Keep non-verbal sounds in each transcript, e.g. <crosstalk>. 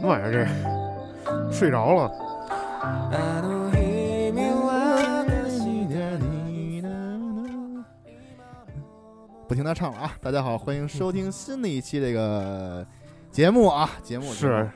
么玩意儿这是？睡着了。不听他唱了啊！大家好，欢迎收听新的一期这个节目啊，节目是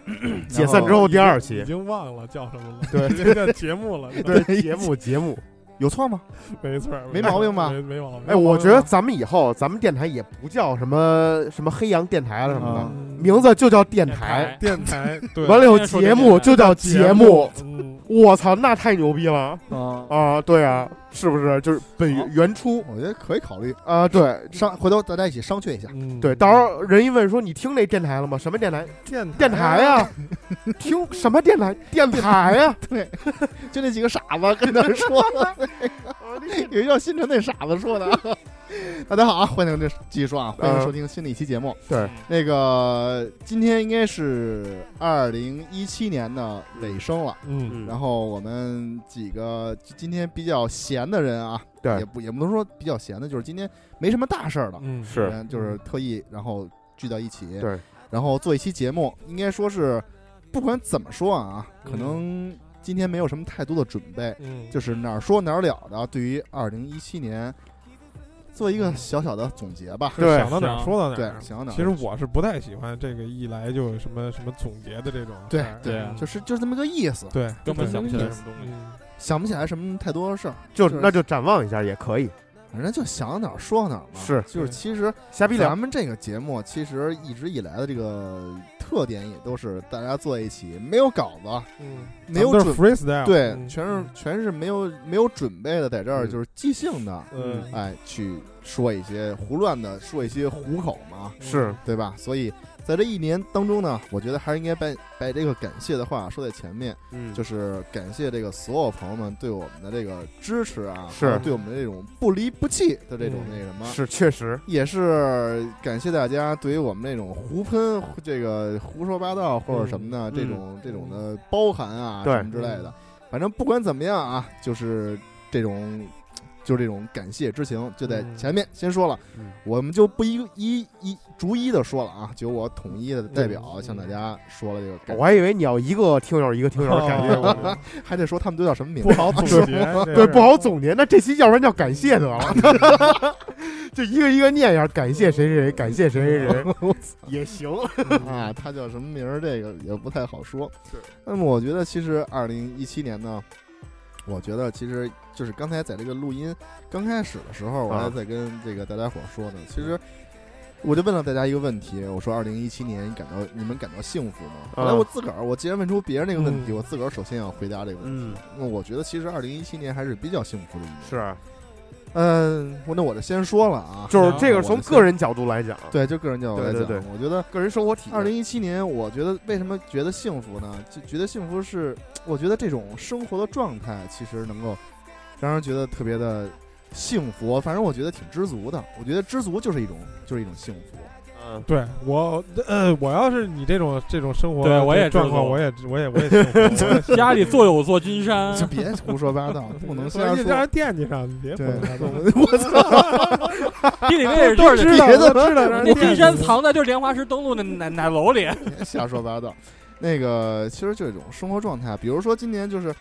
解散之后第二已期，经忘了叫什么了，对已经叫节目了，对 <laughs> 节目节目。有错吗？ <laughs> 没错，没毛病吧没没毛病。哎，我觉得咱们以后咱们电台也不叫什么什么黑羊电台了什么的，嗯名字就叫电台台。电台，对，完了有现在说节目就叫电节台目，，嗯，我操，那太牛逼了啊，啊！对啊，是不是就是本好原初我觉得可以考虑啊？对商，回头大家一起商榷一下。嗯对，到时候人一问说你听那电台了吗？什么电台？电电台 <laughs> 呀，听什么电台？电台啊呀，就那几个傻子跟他 <laughs> 说，啊有一叫新城那傻子说的啊。大家好啊，欢迎这继续说啊，欢迎收听新的一期节目。对，那个今天应该是二零一七年的尾声了。嗯，然后我们几个今天比较闲的人啊，对也不也不能说比较闲的，就是今天没什么大事儿了，嗯，是嗯就是特意然后聚到一起，对，然后做一期节目，应该说是不管怎么说啊，嗯可能今天没有什么太多的准备，嗯，就是哪儿说哪儿了的，对于二零一七年做一个小小的总结吧， <laughs> 对想到哪儿说到哪对儿，。想到哪儿嗯其实我是不太喜欢这个一来就有什么什么总结的这种事对儿，对啊就是就是这么个意思，对，根本对想不起来什么东西。嗯想不起来什么太多的事儿，就就是那就展望一下也可以，反正就想到哪儿说到哪儿嘛，是就是对其实。瞎逼聊咱。们这个节目其实一直以来的这个特点也都是大家坐在一起，没有稿子，嗯，没有咱们都准是 freestyle，对，嗯全是全是没有没有准备的，在这儿嗯就是即兴的，嗯，哎，去说一些胡乱的，说一些虎口嘛，嗯是对吧？所以在这一年当中呢，我觉得还是应该把把这个感谢的话说在前面，嗯就是感谢这个所有朋友们对我们的这个支持啊，是还有对我们这种不离不弃的这种嗯那什么，是确实，也是感谢大家对于我们这种胡喷、这个胡说八道或者什么的、嗯这种这种的包含啊对什么之类的。反正不管怎么样啊，就是这种就是这种感谢之情，就在嗯前面先说了，嗯我们就不一一一逐一的说了啊，就我统一的代表嗯向大家说了这个感我还以为你要一个听友一个听友感觉 <laughs> 我，哦还得说他们都叫什么名不字。好总结，这嗯对是不好总结。那这期要不然叫感谢得了， <laughs> 就一个一个念一下，感谢谁谁谁，感谢谁谁谁也行。啊，他叫什么名儿？这个也不太好说。对。那么我觉得，其实二零一七年呢，我觉得其实就是刚才在这个录音刚开始的时候，我啊还在跟这个大家伙儿说呢，其实。我就问了大家一个问题，我说二零一七年你感到你们感到幸福吗？后来啊我自个儿，我既然问出别人那个问题，嗯我自个儿首先要回答这个问题。 <laughs> 嗯，那我觉得其实二零一七年还是比较幸福的一年。，是，啊嗯，我那我就先说了啊，就是这个从个人角度来讲，对，就个人角度来对讲，对对我觉得个人生活体验二零一七年，我觉得为什么觉得幸福呢？就觉得幸福是，我觉得这种生活的状态其实能够让人觉得特别的幸福。反正我觉得挺知足的。我觉得知足就是一种， <laughs> 就是一种幸福。嗯对我，呃，我要是你这种这种生活，对我也状知况，足我也我也我也 <laughs> 幸福我 <laughs> 也幸福家里坐有座金山，就别胡说八道，不能瞎你让说。人惦记上，你别对胡 <laughs> 说八道我操！地理位置 <laughs> 就是知道别的都知道，让那人金惦记山藏在就是莲花池登陆那哪哪楼里？别瞎说八道。那个其实就是一种生活状态，比如说今年就是，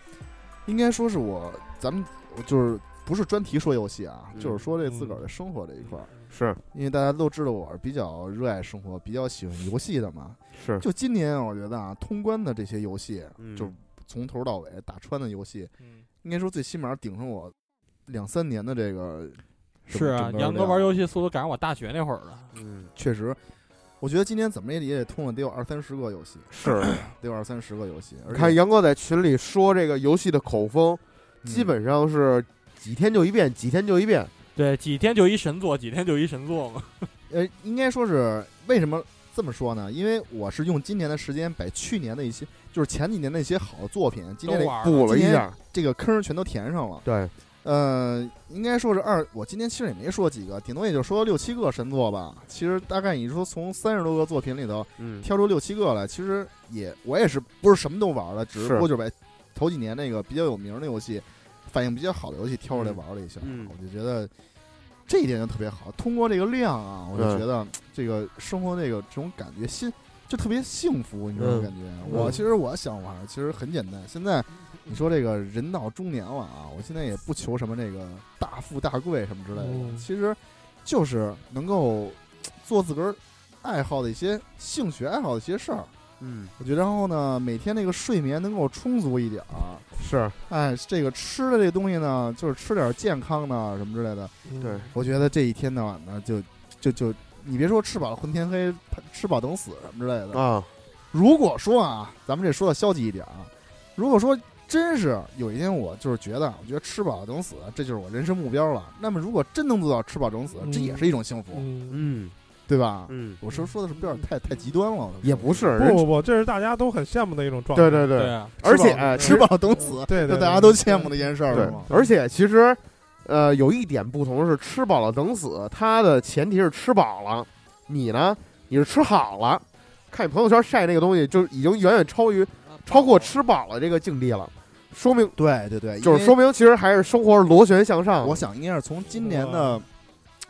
应该说是我咱们就是不是专题说游戏啊，嗯就是说这自个儿的生活这一块儿。是因为大家都知道我是比较热爱生活、比较喜欢游戏的嘛。是，就今年我觉得啊，通关的这些游戏，嗯就从头到尾打穿的游戏，应该说最起码顶上我两三年的这个。是啊整，个杨哥玩量游戏速度赶上我大学那会儿了。嗯确实，我觉得今年怎么也得也得通了，得有二三十个游戏，是。得有二三十个游戏。而 <clears throat> 且看杨哥在群里说这个游戏的口风，基本上是几天就一遍，几天就一遍。对，几天就一神作，几天就一神作嘛。嗯呃，应该说是为什么这么说呢？因为我是用今年的时间把去年的一些，就是前几年的一些好作品，今年都的玩补了一今下，这个坑全都填上了。对，呃，应该说是二，我今天其实也没说几个，顶多也就说六七个神作吧。其实大概你说从三十多个作品里头嗯，挑出六七个来，其实也我也是不是什么都玩了，只是不过就是把头几年那个比较有名的游戏、反应比较好的游戏挑出来玩了一下，嗯嗯我就觉得这一点就特别好。通过这个量啊，我就嗯觉得这个生活这个这种感觉，心就特别幸福，你知道吗？嗯感觉我其实我想法其实很简单。现在你说这个人到中年了啊，我现在也不求什么这个大富大贵什么之类的，嗯其实就是能够做自个儿爱好的一些兴趣爱好的一些事儿。嗯，我觉得，然后呢，每天那个睡眠能够充足一点儿。是哎，这个吃的这东西呢，就是吃点儿健康的什么之类的。嗯对，我觉得这一天到晚呢，就就就你别说吃饱了混天黑，吃饱等死什么之类的。啊，如果说啊，咱们这说的消极一点啊，如果说真是有一天我就是觉得，我觉得吃饱了等死，这就是我人生目标了。那么如果真能做到吃饱等死，这嗯也是一种幸福，嗯，嗯对吧？嗯，我是不是说的是不是有点太太极端了？也不是，不人不不，这是大家都很羡慕的一种状对态。对对对，啊，而且哎吃饱了等死，对这对，大家都羡慕的一件事儿，对是吗？，而且其实，呃，有一点不同是吃饱了等死，它的前提是吃饱了，你呢，你是吃好了。看你朋友圈晒那个东西，就已经远远超于超过吃饱了这个境地了，说明对对对，就是说明其实还是生活是螺旋向上的。我想应该是从今年的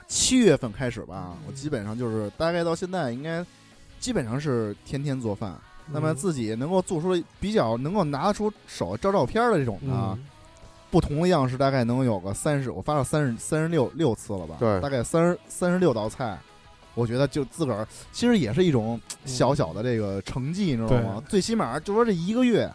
七月份开始吧，我基本上就是大概到现在，应该基本上是天天做饭。嗯那么自己能够做出比较能够拿得出手照照片儿的这种呢，嗯不同的样式大概能有个三十，我发了三十三十六六次了吧？对大概三十三十六道菜，我觉得就自个儿其实也是一种嗯小小的这个成绩，你知道吗？最起码就说这一个月，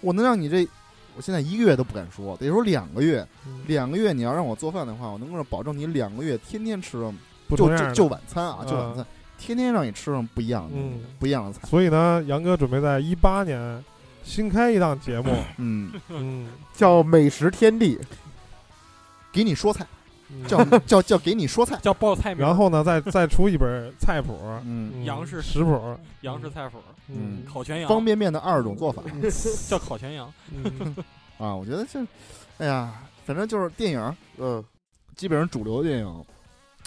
我能让你这，我现在一个月都不敢说，得说两个月，嗯两个月你要让我做饭的话，我能够保证你两个月天天吃上，不就同样就的就晚餐啊，嗯就晚餐，天天让你吃上不一样的、嗯不一样的菜。所以呢，杨哥准备在一八年新开一档 <laughs> 节目， <laughs> 嗯，嗯，叫美食天地，给你说菜，嗯 <laughs> 叫叫叫给你说 <laughs> 菜。叫报菜名，然后呢，再再出一本菜谱，嗯，嗯杨氏食谱，杨氏菜谱，嗯，烤全羊，方便面的二十种做法叫烤全羊，嗯，啊，我觉得这，哎呀，反正就是电影，嗯基本上主流的电影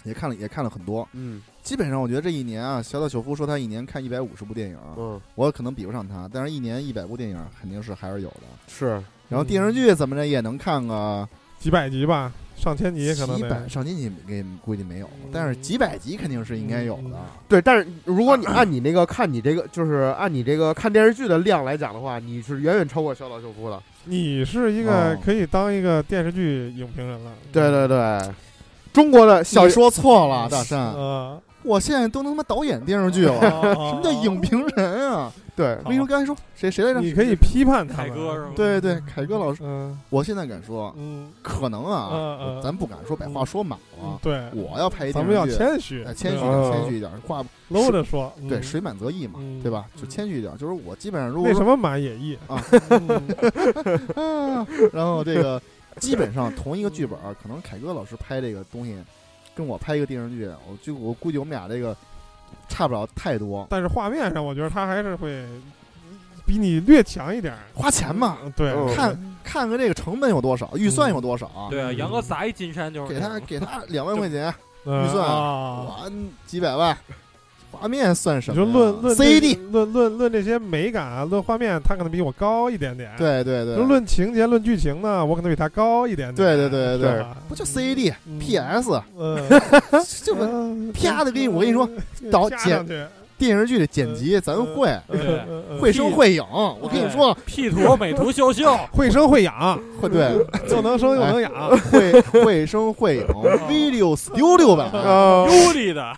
也看了，也看了很多。嗯基本上我觉得这一年啊，小岛秀夫说他一年看一百五十部电影，嗯，我可能比不上他，但是一年一百部电影肯定是还是有的。嗯是然后电视剧怎么着也能看 <laughs> 个几百集吧，上千集可能几得嗯百上千集给估计没有，但是几百集肯定是应该有的。对。但是如果你按你那个看你这个，就是按你这个看电视剧的量来讲的话，你是远远超过小岛秀夫的。你是一个哦可以当一个电视剧影评人了，对对对，中国的小你说错了，大山，嗯，我现在都能他妈导演电视剧呃，了，什啊 <laughs> 什么叫影？评人啊？对哦好为什么刚才说谁谁来着？啊你可以批判他凯们啊哥是吗？对对，凯歌老师，嗯我现在敢说，嗯可能嗯啊，嗯咱不敢说百话说满嗯了，，对，我要拍一咱电们要视剧。谦虚哎，谦虚一对吧点，嗯谦虚一点，话搂着说，嗯对水满则溢嘛，嗯对吧？就嗯谦虚一点，就是我基本上如果那说什么满也意啊， <laughs> 嗯啊，然后这个 <laughs> 基本上同一个剧本儿，可能凯歌老师拍这个东西，跟我拍一个电视剧，我就我估计我们俩这个差不了太多。但是画面上，我觉得他还是会比你略强一点儿。花钱嘛，嗯对，嗯哦看看看这个成本有多少，预算有多少啊？对啊，杨哥砸一金山就是给他给他两万块钱，嗯预算啊，我几百万，画面算什你么呀？说论论这 CD，论论论这些美感啊，论画面，他可能比我高一点点。，对对对，就嗯论情节、论剧情呢，我可能比他高一点点。对对对对是吧不就 CD、嗯 PS，嗯，这不嗯 <laughs> 啪的给你我跟你说，导呃加上去电视剧的剪辑咱会，对嗯嗯会声会影，我跟你说， P 图美图秀秀，会声会养，会对。嗯又能生又能嗯养。会会声会影 Video Studio 嗯版啊，优丽的，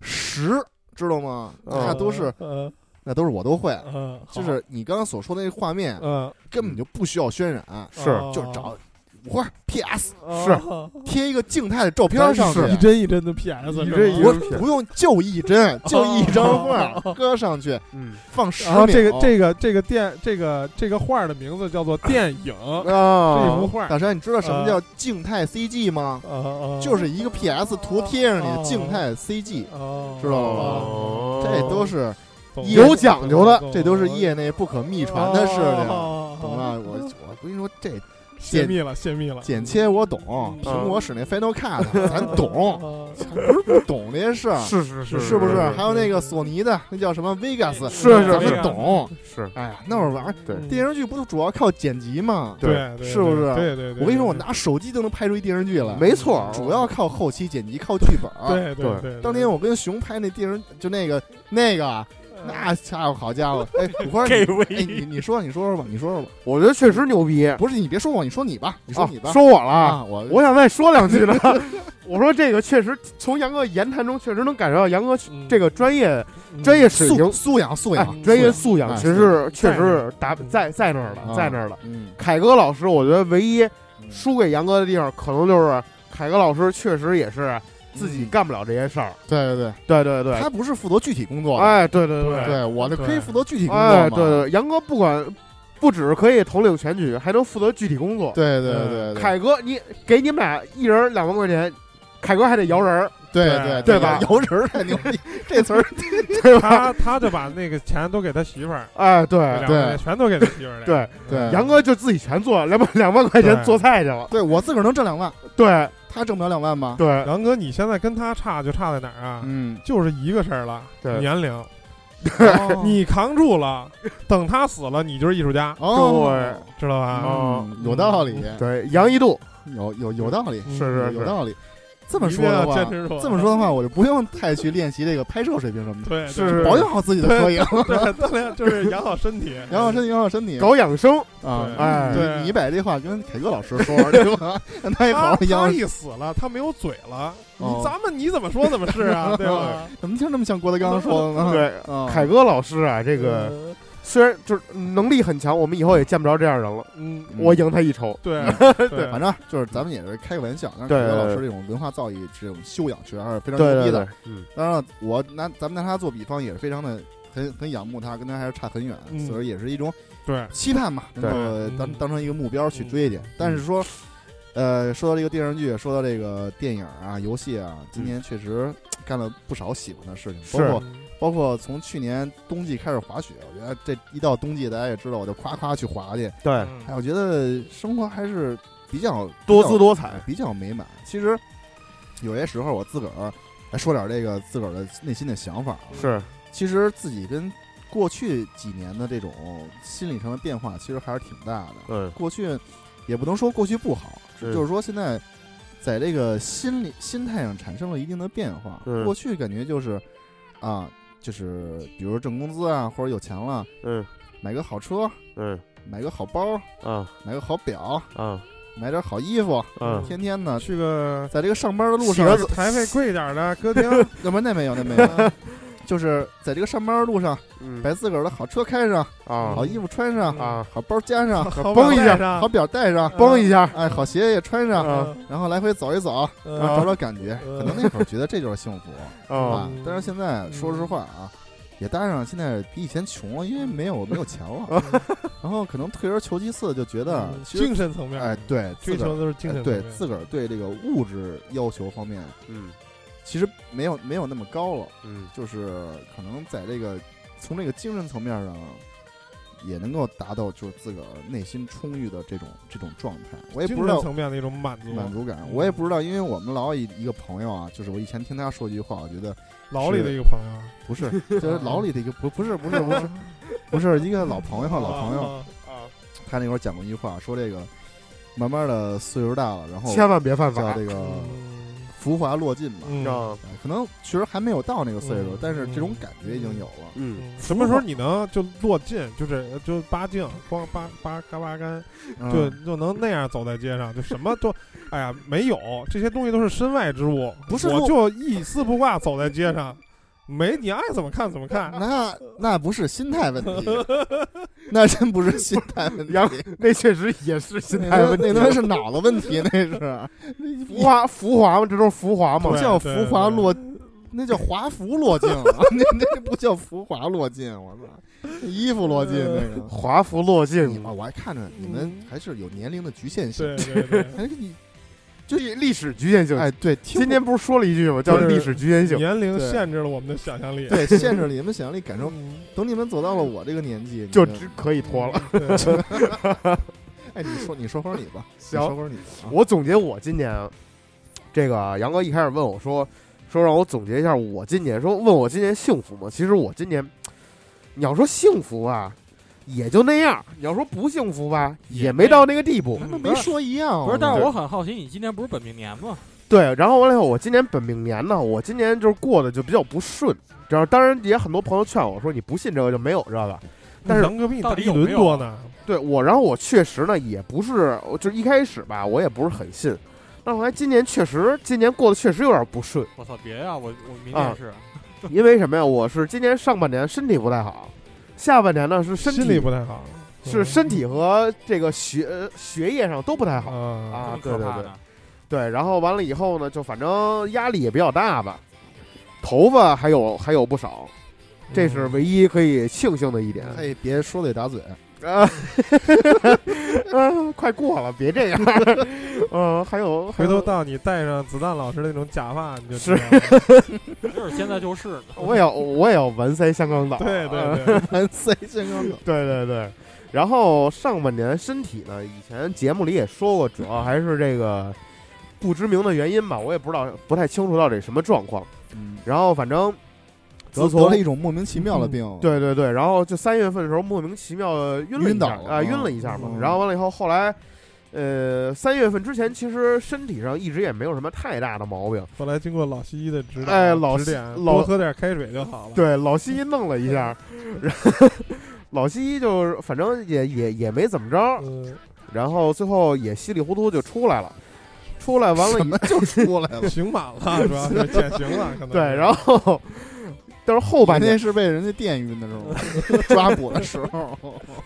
十，知道吗？哦那都是嗯那都是我都会，嗯，就好是你刚刚所说的那个画面嗯根本就不需要渲染，是呃就是找五花 PS 是是贴一个静态的照片上去，呃一帧一帧的 PS，一是帧吗一帧我不用就一帧，就一张画搁上去嗯放十然后秒，这个这个这个电这个这个画的名字叫做电影，这一幅啊，画，大山，你知道什么叫静态 CG 吗？呃就是一个 PS 图贴上你的静态 CG，知道了吧哦这都是懂有了讲究的懂了这都是业内不可秘传的事情。哦懂了，我我跟你说，这泄密了，泄密了，剪切我懂，嗯苹果使那 Final Cut 咱懂，哦不懂这些事儿，是是是，是不是？是还有那个索尼的那叫什么 Vegas，是是咱们 Vegas 懂。是哎呀，那会儿玩儿对电视剧不就主要靠剪辑吗？对嗯对，对是不是对对对，我跟你说，我拿手机都能拍出一电视剧来，没错，主要靠后期剪辑，靠剧本儿。对对对，当年我跟熊拍那电视，就那个那个啊嗯那家伙好家 <laughs> 伙，哎，五花，你给威哎，你你说你说说吧，你说说吧，我觉得确实牛逼。不是你别说我，你说你吧，你说你吧啊，说我了，啊，我我想再说两句呢。 <laughs> 我说这个确实，从杨哥言谈中确实能感受到杨哥嗯这个专业专业水平素、素养素哎养，专业素养，哎其实素是确实是达在在那儿啊了，在那儿了。嗯，凯哥老师，我觉得唯一嗯输给杨哥的地方，可能就是凯哥老师确实也是自己嗯干不了这些事儿。对对对，对对对，他不是负责具体工作的，哎，对对对对我这可以对负责具体工作嘛哎，对对，杨哥不管不只可以统领全局，还能负责具体工作。对对对对，凯哥，你给你们俩一人两万块钱，凯哥还得摇人儿，对对对对吧摇人儿太牛逼，这词儿对吧？他他就把那个钱都给他媳妇儿，哎，对两万块钱全都给他媳妇儿了。嗯对，对杨哥就自己全做了两万两万块钱对做菜去了。对我自个儿能挣两万，对他挣不了两万吧？对，杨哥，你现在跟他差就差在哪儿啊？嗯，就是一个事儿了，对年龄，哦你扛住了，等他死了，你就是艺术家，哦，知道吧？嗯有道理，对，杨一度有有有道理，嗯是有道理。这么说一定的要话，坚持住。这么说的话，我就不用太去练习这个拍摄水平什么的，对，是保养好自己就可以了。对，锻炼就是养好身体，养好身体，养好身体搞养生，啊！对哎你对你把这话跟凯哥老师说，对吧？让他也好好他养他好。一死了，他没有嘴了，你哦咱们你怎么说怎么是 <laughs> 啊，对吧？怎么听这么像郭德纲说的呢？对。啊，凯哥老师啊，这这个虽然就是能力很强，我们以后也见不着这样人了。嗯，嗯我赢他一筹， <laughs> 对对，反正就是咱们也是开个玩笑，但是对凯哥对老对师这种文化造诣、这种修养，确实还是非常对牛对逼对的。，嗯，当然了，我拿咱们拿他做比方，也是非常的很很仰慕他，跟他还是差很远，嗯所以也是一种对，期盼嘛，能对够当嗯当成一个目标去追去。嗯但是说，呃，说到这个电视剧，说到这个电影啊、游戏啊，今年确实干了不少喜欢的事情，包嗯是括包括从去年冬季开始滑雪，我觉得这一到冬季，大家也知道，我就夸夸去滑去。对，哎，我觉得生活还是比较多姿多彩比较比较美满。其实有些时候我自个儿哎说点这个自个儿的内心的想法啊，是其实自己跟过去几年的这种心理上的变化，其实还是挺大的。对过去也不能说过去不好，是就是说现在在这个心理心态上产生了一定的变化。嗯过去感觉就是啊，就是比如挣工资啊，或者有钱了，嗯买个好车，嗯买个好包，啊买个好表，啊买点好衣服，啊，天天呢，去个在这个上班的路上，啊去台费贵点儿的歌厅，要不然那没有那没有，就是在这个上班的路上，嗯把自个儿的好车开上，啊好衣服穿上，啊，好包加上，好崩一下下好表带上，崩一下，哎，好鞋也穿上，啊然后来回走一走，嗯然后找找感觉。嗯可能那会儿觉得这就是幸福啊啊，但是现在说实话啊，也搭上现在比以前穷了，因为没有没有钱啊了，然后可能退而求其次，就 <laughs> 觉得其实嗯精神层面，哎，对，自啊追个求啊儿都是精哎神层对面，自个儿对这个物质要求方面，嗯其实没有没有那么高了。嗯就是可能在这个从这个精神层面上，也能够达到就是自个儿内心充裕的这种这种状态。我也不知精神道层面的一种满足，满足感，嗯我也不知道，因为我们老一一个朋友啊，就是我以前听他说一句话，我觉得老李的一个朋友，不是，就是老李的一个不不是不是不 <laughs> 是不是一个老朋友老朋友，啊，啊， <laughs> 他那会儿讲过一句话，说这个慢慢的岁数大了，然后千万别犯叫法这个嗯浮华落尽嘛。嗯啊，哎可能确实还没有到那个岁数，嗯但是这种感觉已经有了。嗯，嗯什么时候你能就落尽，就是就八镜光八八嘎巴干，嗯就就能那样走在街上，就什么都，哎呀，没有这些东西都是身外之物，不是我说就一丝不挂走在街上，没你爱怎么看怎 <laughs> 么看， <laughs> 那那不是心态问题，那真不是心态问题，杨那确实也是心态问题啊那，他妈是脑子问题，那是啊浮华 <laughs> 浮华嘛，这都是浮华嘛不对，叫浮华落，那叫华服落尽了， <laughs> 那那不叫浮华落尽，我操，衣服落尽那个。华服落你尽们，我还看着你们还是有年龄的局限性嗯对，对 <laughs> 对。还是你历历史局限性。哎对，听今天不是说了一句吗？叫就是历史局限性。年龄对限制了我们的想象力。对限制你们想象力感受，嗯，等你们走到了我这个年纪，你就们只可以脱了。 <laughs> 对，哎，你说你说会儿你吧，你行说会儿你吧，啊我总结我今年啊，这个杨哥一开始问我说，说让我总结一下我今年，说问我今年幸福吗？其实我今年，你要说幸福啊，也就那样；你要说不幸福吧，也没到那个地步。我没说一样啊，不是，但我是我很好奇，你今年不是本命年吗？对，然后完了以后，我今年本命年呢，我今年就是过得就比较不顺，然后当然也很多朋友劝我说，你不信这个就没有这个。但是能个比你到大底一有没轮有多啊呢，对我，然后我确实呢，也不是，我就是一开始吧，我也不是很信。但后来今年确实，今年过得确实有点不顺，我操，别呀、我我明啊天是，因为什么呀？我是今年上半年身体不太好，下半年呢是身心里体不嗯太好，是身体和这个学学业上都不太好好。啊，啊这么可怕对对对呢对，然后完了以后呢，就反正压力也比较大吧，头发还有还有不少，这嗯是唯一可以庆幸的一点。哎，别说嘴打嘴，啊， <laughs> 啊，快过了，别这样。 <laughs> 嗯、还有，还回头有，到你戴上子弹老师那种假发，你就是知 <laughs> 道了就是现在就是呢。我也要，我也要完塞香港岛。对啊对对，咱塞健康的。 <laughs> 对对对。然后上半年身体呢，以前节目里也说过，主要还是这个不知名的原因吧，我也不知道，不太清楚到底什么状况。嗯，然后反正自得得从了一嗯种莫名其妙的病，，对对对，然后就三月份的时候莫名其妙地晕了一晕下倒了啊、晕了一下嘛。嗯然后完了以后，后来，呃，三月份之前其实身体上一直也没有什么太大的毛病。后来经过老西医的指导哎老指西点，老多喝点开水就好了。对，老 <laughs> 西医弄了一 <laughs> 下，然后老西医就是反正也也也没怎么着，嗯，然后最后也稀里糊涂就出来了。出来完了怎以，么就出 <laughs> 来了？刑满了，主要是减刑了，可能对，然后但是后半半年天是被人家电晕的时候，抓捕的时候，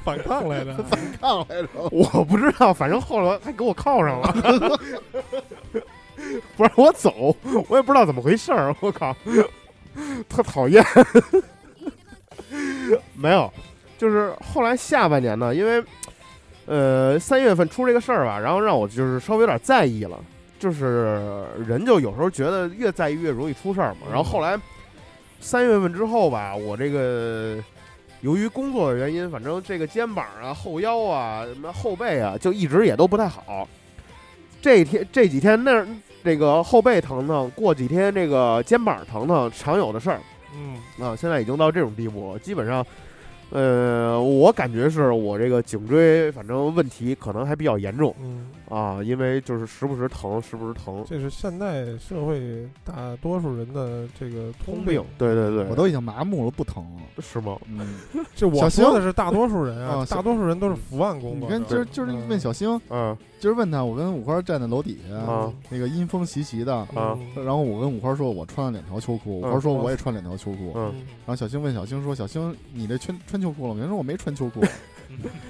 反抗来着。看来着。 <laughs> 我不知道，反正后来还给我铐上了， <laughs> 不让我走，我也不知道怎么回事儿，我靠，特讨厌。 <laughs> 没有，就是后来下半年呢，因为呃三月份出这个事儿吧，然后让我就是稍微有点在意了，就是人就有时候觉得越在意越容易出事儿嘛。然后后来三月份之后吧，我这个由于工作的原因，反正这个肩膀啊、后腰啊、什么后背啊，就一直也都不太好。这天这几天那儿这个后背疼疼，过几天这个肩膀疼疼，常有的事儿嗯，啊。现在已经到这种地步了，基本上，呃，我感觉是我这个颈椎反正问题可能还比较严重嗯，啊，因为就是时不时疼，时不时疼。这是现代社会大多数人的这个通病。对对对，我都已经麻木了，不疼了。是吗？嗯，这我小星说的是大多数人啊哦，小大多数人都是伏案工你嘛。跟今知儿道吗今儿问小星，嗯今儿问他，我跟五花站在楼底下，啊那个阴风习习的，啊嗯然后我跟五花说，我穿了两条秋裤，五花说我也穿两条秋裤。嗯，然后小星问小星说：“小星，你这穿穿秋裤了吗？”人说：“我没穿秋裤。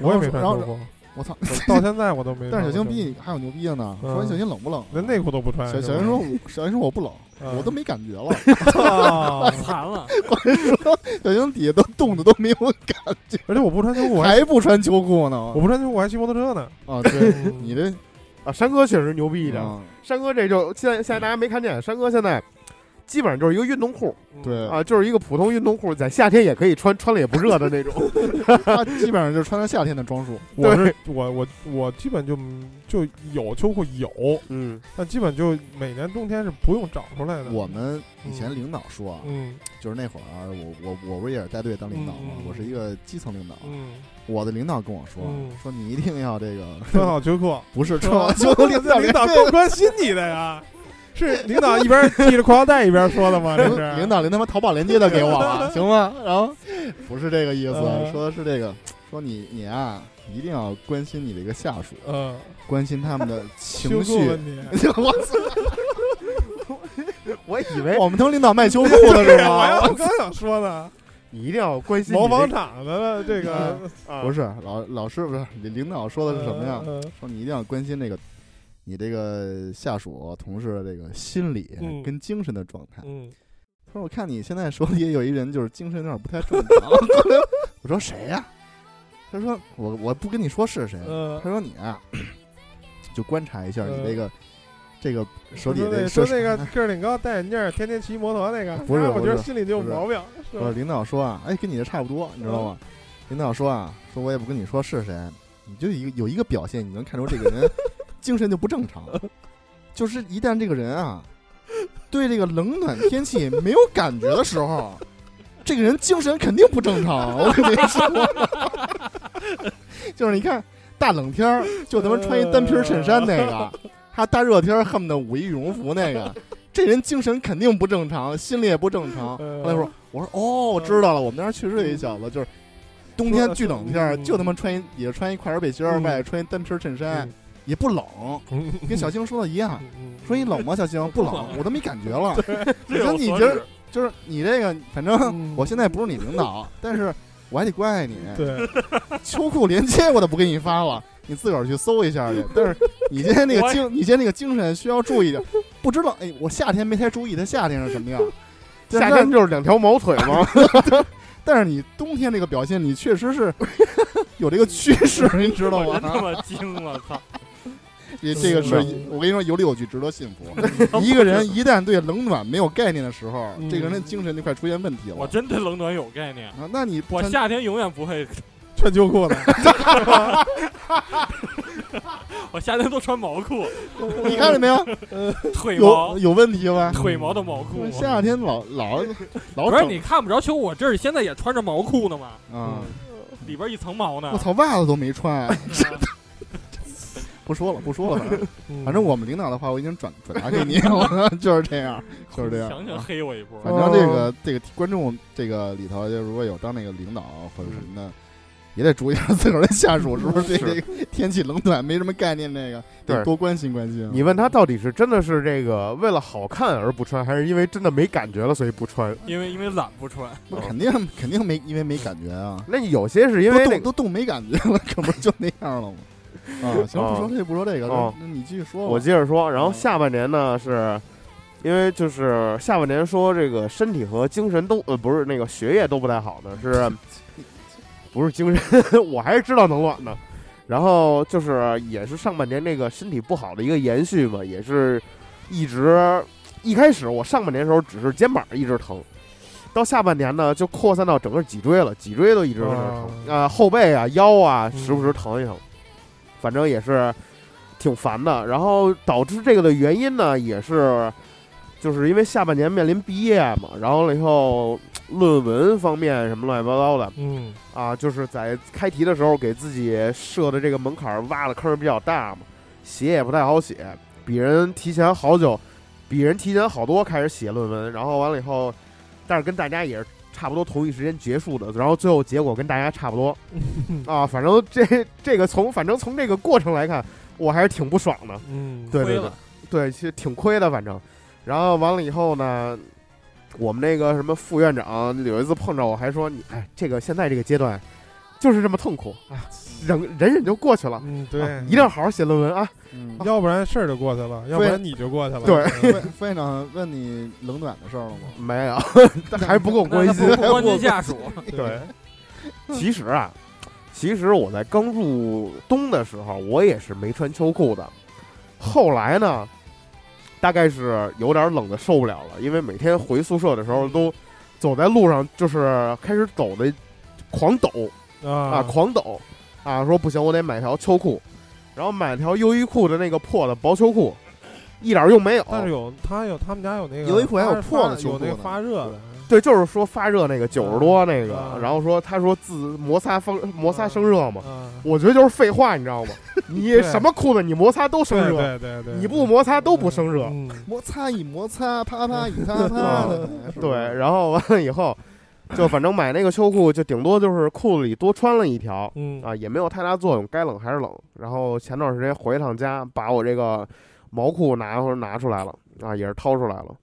我也没穿然后秋 <laughs> 裤，我操！我到现在我都没穿过秋裤。但是小星比你还有牛逼的呢。嗯说小星冷不冷？连内裤都不穿。小小哎是吧星说：“我小星说我不冷，嗯我都没感觉了。<laughs> <laughs> 啊惨了，小星底下都冻得都没有感觉，而且我不穿秋裤，我还还不穿秋裤呢。”我不穿秋裤，我还骑摩托车呢。啊，对嗯你 <laughs> 这啊，山哥确实牛逼一点。啊山哥这就现在现在大家没看见，山哥现在基本上就是一个运动裤嗯对，啊，就是一个普通运动裤，在夏天也可以穿，穿了也不热的那种。他基本上就穿着夏天的装束。我是我我我基本就就有秋裤有， <laughs> 嗯但基本就每年冬天是不用找出来的。我们以前领导说啊，嗯就是那会儿啊我我我不是也是带队当领导吗嗯嗯？嗯我是一个基层领导， <laughs> 嗯，我的领导跟我说嗯说你一定要 <laughs> 这个穿好秋裤，不是是穿吧好秋裤领导领导多关心你的呀。是领导一边系着裤腰带一边说的吗？这领是领导连他妈淘宝链接都给我 <laughs> 了，行吗？然后不是这个意思，嗯说的是这个，说你你啊一定要关心你的一个下属，嗯，关心他们的情秋裤绪问。 <laughs> 题。我操！我以为我们当领导卖秋裤的是对哎呀，我吗要？我刚想说呢，你一定要关心你毛这纺厂的这个啊不是老老师不是领领导嗯说的是什么呀？嗯嗯说你一定要关心这个你这个下属啊同事的这个心理嗯跟精神的状态。嗯，他说我看你现在手里也有一人就是精神有点不太正 <laughs> 常。后来我说谁呀、他说我我不跟你说是谁。呃他说你啊， <clears throat> 就观察一下你嗯这个这个手说底那的说那个个儿挺高，戴眼镜儿，天天骑摩托那个，不是啊我不觉得是心里就有不是毛病，是我吧？嗯领导说啊，哎，跟你这差不多，你知道吗？领导说啊，说我也不跟你说是谁，你就一个有一个表现，你能看出这个人精神就不正常， <laughs> 就是一旦这个人啊，对这个冷暖天气没有感觉的时候，这个人精神肯定不正常， <laughs> 我跟你说， <laughs> <laughs> 就是你看大冷天儿就他妈穿一单皮儿衬衫那个。他大热天儿恨不得捂一羽绒服那个，这人精神肯定不正常，心里也不正常。呃后来说，我说哦，我知道了，我们那儿确实有一小子，就是冬天说巨冷天儿，嗯就他妈穿一也穿一快点背心儿，嗯外头穿一单皮儿衬衫嗯，也不冷，嗯哎跟小青说的一样。说你冷吗，小青？不冷，我都没感觉了。我 <laughs> 这说有你所今儿指就是你这个，反正嗯我现在不是你领导， <laughs> 但是我还得关爱你。对，秋裤链接我都不给你发了，你自个儿去搜一下去。但是你今天那个精，你今天那个精神需要注意点。不知道，哎，我夏天没太注意它夏天是什么 <laughs> 样。但夏天就是两条毛腿嘛， <laughs> 但是你冬天这个表现，你确实是有这个趋势，你知道我真他吗？妈惊了， <laughs> 操！这这个是嗯我跟你说，有理有据，值得信服。一个人一旦对冷暖没有概念的时候，嗯这个人的精神就快出现问题我了。真对冷暖有概念，啊，那你我穿夏天永远不会，穿秋裤的，我夏天都穿毛裤，你看见没有？腿毛有有问题 <laughs> 吧？腿毛的毛裤。夏天老老老不是整你看不着球，我这儿现在也穿着毛裤呢嘛，嗯啊！里边一层毛呢我。操，袜子都没穿，不说了，不说了，反正嗯反正我们领导的话我已经转转达给你了， <laughs> 就是这样，就是这样。啊强行黑我一波。反正这哦个这个观众这个里头，就如果有当那个领导或者什嗯么的，也得注意一下自个儿的下属是不 <laughs> 是对这个天气冷暖没什么概念，这个得对多关心关心。啊你问他到底是真的是这个为了好看而不穿，还是因为真的没感觉了所以不穿？因为因为懒不穿，不肯定肯定没因为没感觉啊，那有些嗯是因为那都冻个，都冻没感觉了，可不是就那样了吗？啊，行，不说这不说这个，哦那你继续说吧。我接着说，然后嗯下半年呢是。因为就是下半年说这个身体和精神都呃不是那个学业都不太好呢， <laughs> 是不是精神？ <laughs> 我还是知道冷暖的。然后就是也是上半年这个身体不好的一个延续嘛，也是一直一开始我上半年的时候只是肩膀一直疼，到下半年呢就扩散到整个脊椎了，脊椎都一直在那儿疼啊、呃后背啊、腰啊，嗯时不时疼一疼，反正也是挺烦的。然后导致这个的原因呢，也是就是因为下半年面临毕业嘛，然后了以后论文方面什么乱七八糟的，嗯啊，就是在开题的时候给自己设的这个门槛儿挖的坑儿比较大嘛，写也不太好写，比人提前好久，比人提前好多开始写论文，然后完了以后，但是跟大家也是差不多同一时间结束的，然后最后结果跟大家差不多，啊，反正这这个从反正从这个过程来看，我还是挺不爽的，嗯，对亏对对了，对，其实挺亏的，反正，然后完了以后呢。我们那个什么副院长有一次碰着我，还说你哎，这个现在这个阶段就是这么痛苦啊，忍忍忍就过去了，嗯啊对，一定要好好写论文啊。嗯要不然事儿就过去了，要不然你就过去了。对嗯，副院长问你冷暖的事儿了吗？没有，但 <laughs> 还不够那关那 <laughs> 心不。不关心下属，对，嗯其实啊，其实我在刚入冬的时候，我也是没穿秋裤的。后来呢，大概是有点冷的受不了了，因为每天回宿舍的时候都走在路上，就是开始走的狂抖，啊，啊，狂抖啊，说不行，我得买条秋裤，然后买条优衣库的那个破的薄秋裤，一点用没有。但是有他有他们家有那个优衣库还有发破的发秋有裤那个呢发热的，对，就是说发热那个九十多那个，啊然后说他说自摩擦风摩擦生热嘛，啊，我觉得就是废话，你知道 <laughs> 吗？你对什么裤子你摩擦都生对热，对对对，你不摩擦都不生热。嗯摩擦一摩擦，啪啪一啪 <laughs> 啪的。哦对，然后完了以后，就反正买那个秋裤，就顶多就是裤子里多穿了一条，嗯啊，也没有太大作用，该冷还是冷。然后前段时间回一趟家，把我这个毛裤拿回拿出来了，啊，也是掏出来了，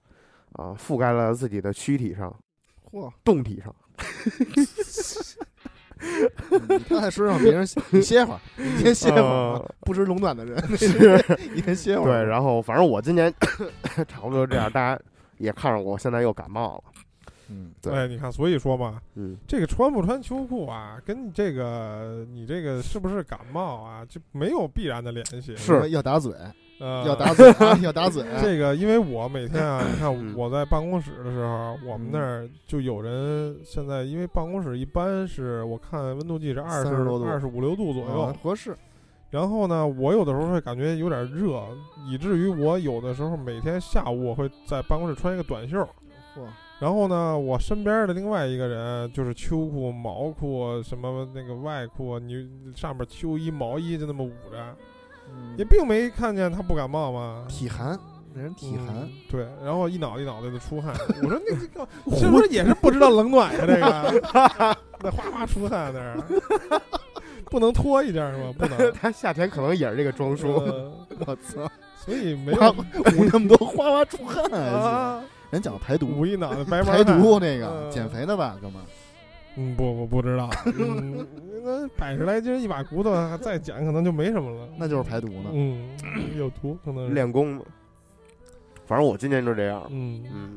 啊，覆盖了自己的躯体上、嚯，胴体上。你看在身上别人，你 <laughs> 歇会儿，你先歇会儿啊呃，不知冷暖的人， <laughs> <laughs> 是，你先歇会对，儿。然后反正我今年 <coughs> 差不多这样，大家也看着我现在又感冒了。嗯，对哎，你看，所以说嘛，嗯，这个穿不穿秋裤啊，跟你这个你这个是不是感冒啊，就没有必然的联系。是嗯要打嘴，呃，要打嘴 <laughs> 啊，要打嘴。这个，因为我每天啊，你看嗯。我在办公室的时候，我嗯们那儿就有人现在，因为办公室一般是我看温度计是二十30多度二十五六度左右啊，合适，然后呢，我有的时候会感觉有点热，以至于我有的时候每天下午我会在办公室穿一个短袖。嚯然后呢，我身边的另外一个人就是秋裤、啊毛裤什么那个外裤，你上面秋衣、毛衣就那么捂着，嗯也并没看见他不感冒嘛。体寒，那人体寒， <laughs> 嗯对，然后一脑一脑袋的出汗，我说那这个是不是也是不知道冷暖呀、<laughs> 这个那哗哗出汗那儿，不能脱一件儿是吧？不 <laughs> 能他夏天可能也是这个装束。 <laughs> 呃我操，所以 <laughs> 没哇有捂那么多哗哗出汗啊！啊，人讲排毒，捂一脑袋白毛排汗毒啊那个嗯减肥的吧，哥们儿。嗯，不，我 <laughs> 不知道。嗯，那百十来斤一把骨头，再减可能就没什么了。那就是排毒呢。嗯，有毒可能是。练功嘛，反正我今年就这样。嗯，嗯，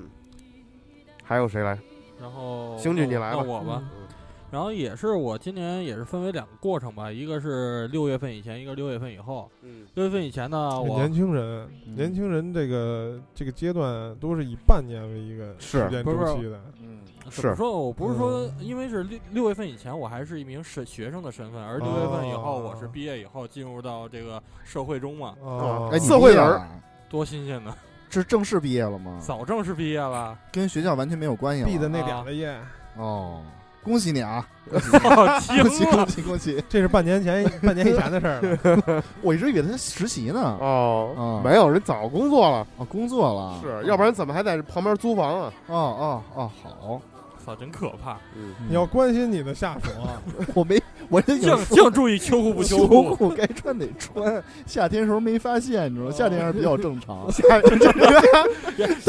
还有谁来？然后星那君你来那吧我吧。嗯然后也是我今年也是分为两个过程吧，一个是六月份以前，一个是六月份以后。嗯，六月份以前呢，啊我年轻人，嗯年轻人这个这个阶段都是以半年为一个是时间不是周期的。嗯怎么是说？我不是说嗯，因为是六六月份以前，我还是一名是学生的身份，而六月份以后，哦我是毕业以后进入到这个社会中嘛，哦，哎哎，你社会毕业人儿了多新鲜呢！是正式毕业了嗯吗？早正式毕业 <laughs> 了，跟学校完全没有关系了。闭的那两啊个夜，哦，恭喜你 <laughs> 啊！好轻恭喜啊恭！喜恭喜！这是半年前半年以前的事儿了。我一直以为他实习呢，哦嗯，没有人早工作了，哦，工作了，是要不然怎么还在旁边租房啊？哦哦哦，好，操，真可怕！嗯，你 <laughs> 要关心你的下属 <laughs> 啊，我没我这净有时候净注意秋裤不秋裤，裤该穿得穿，夏天时候没发现，你知道吗，夏天还是比较正常。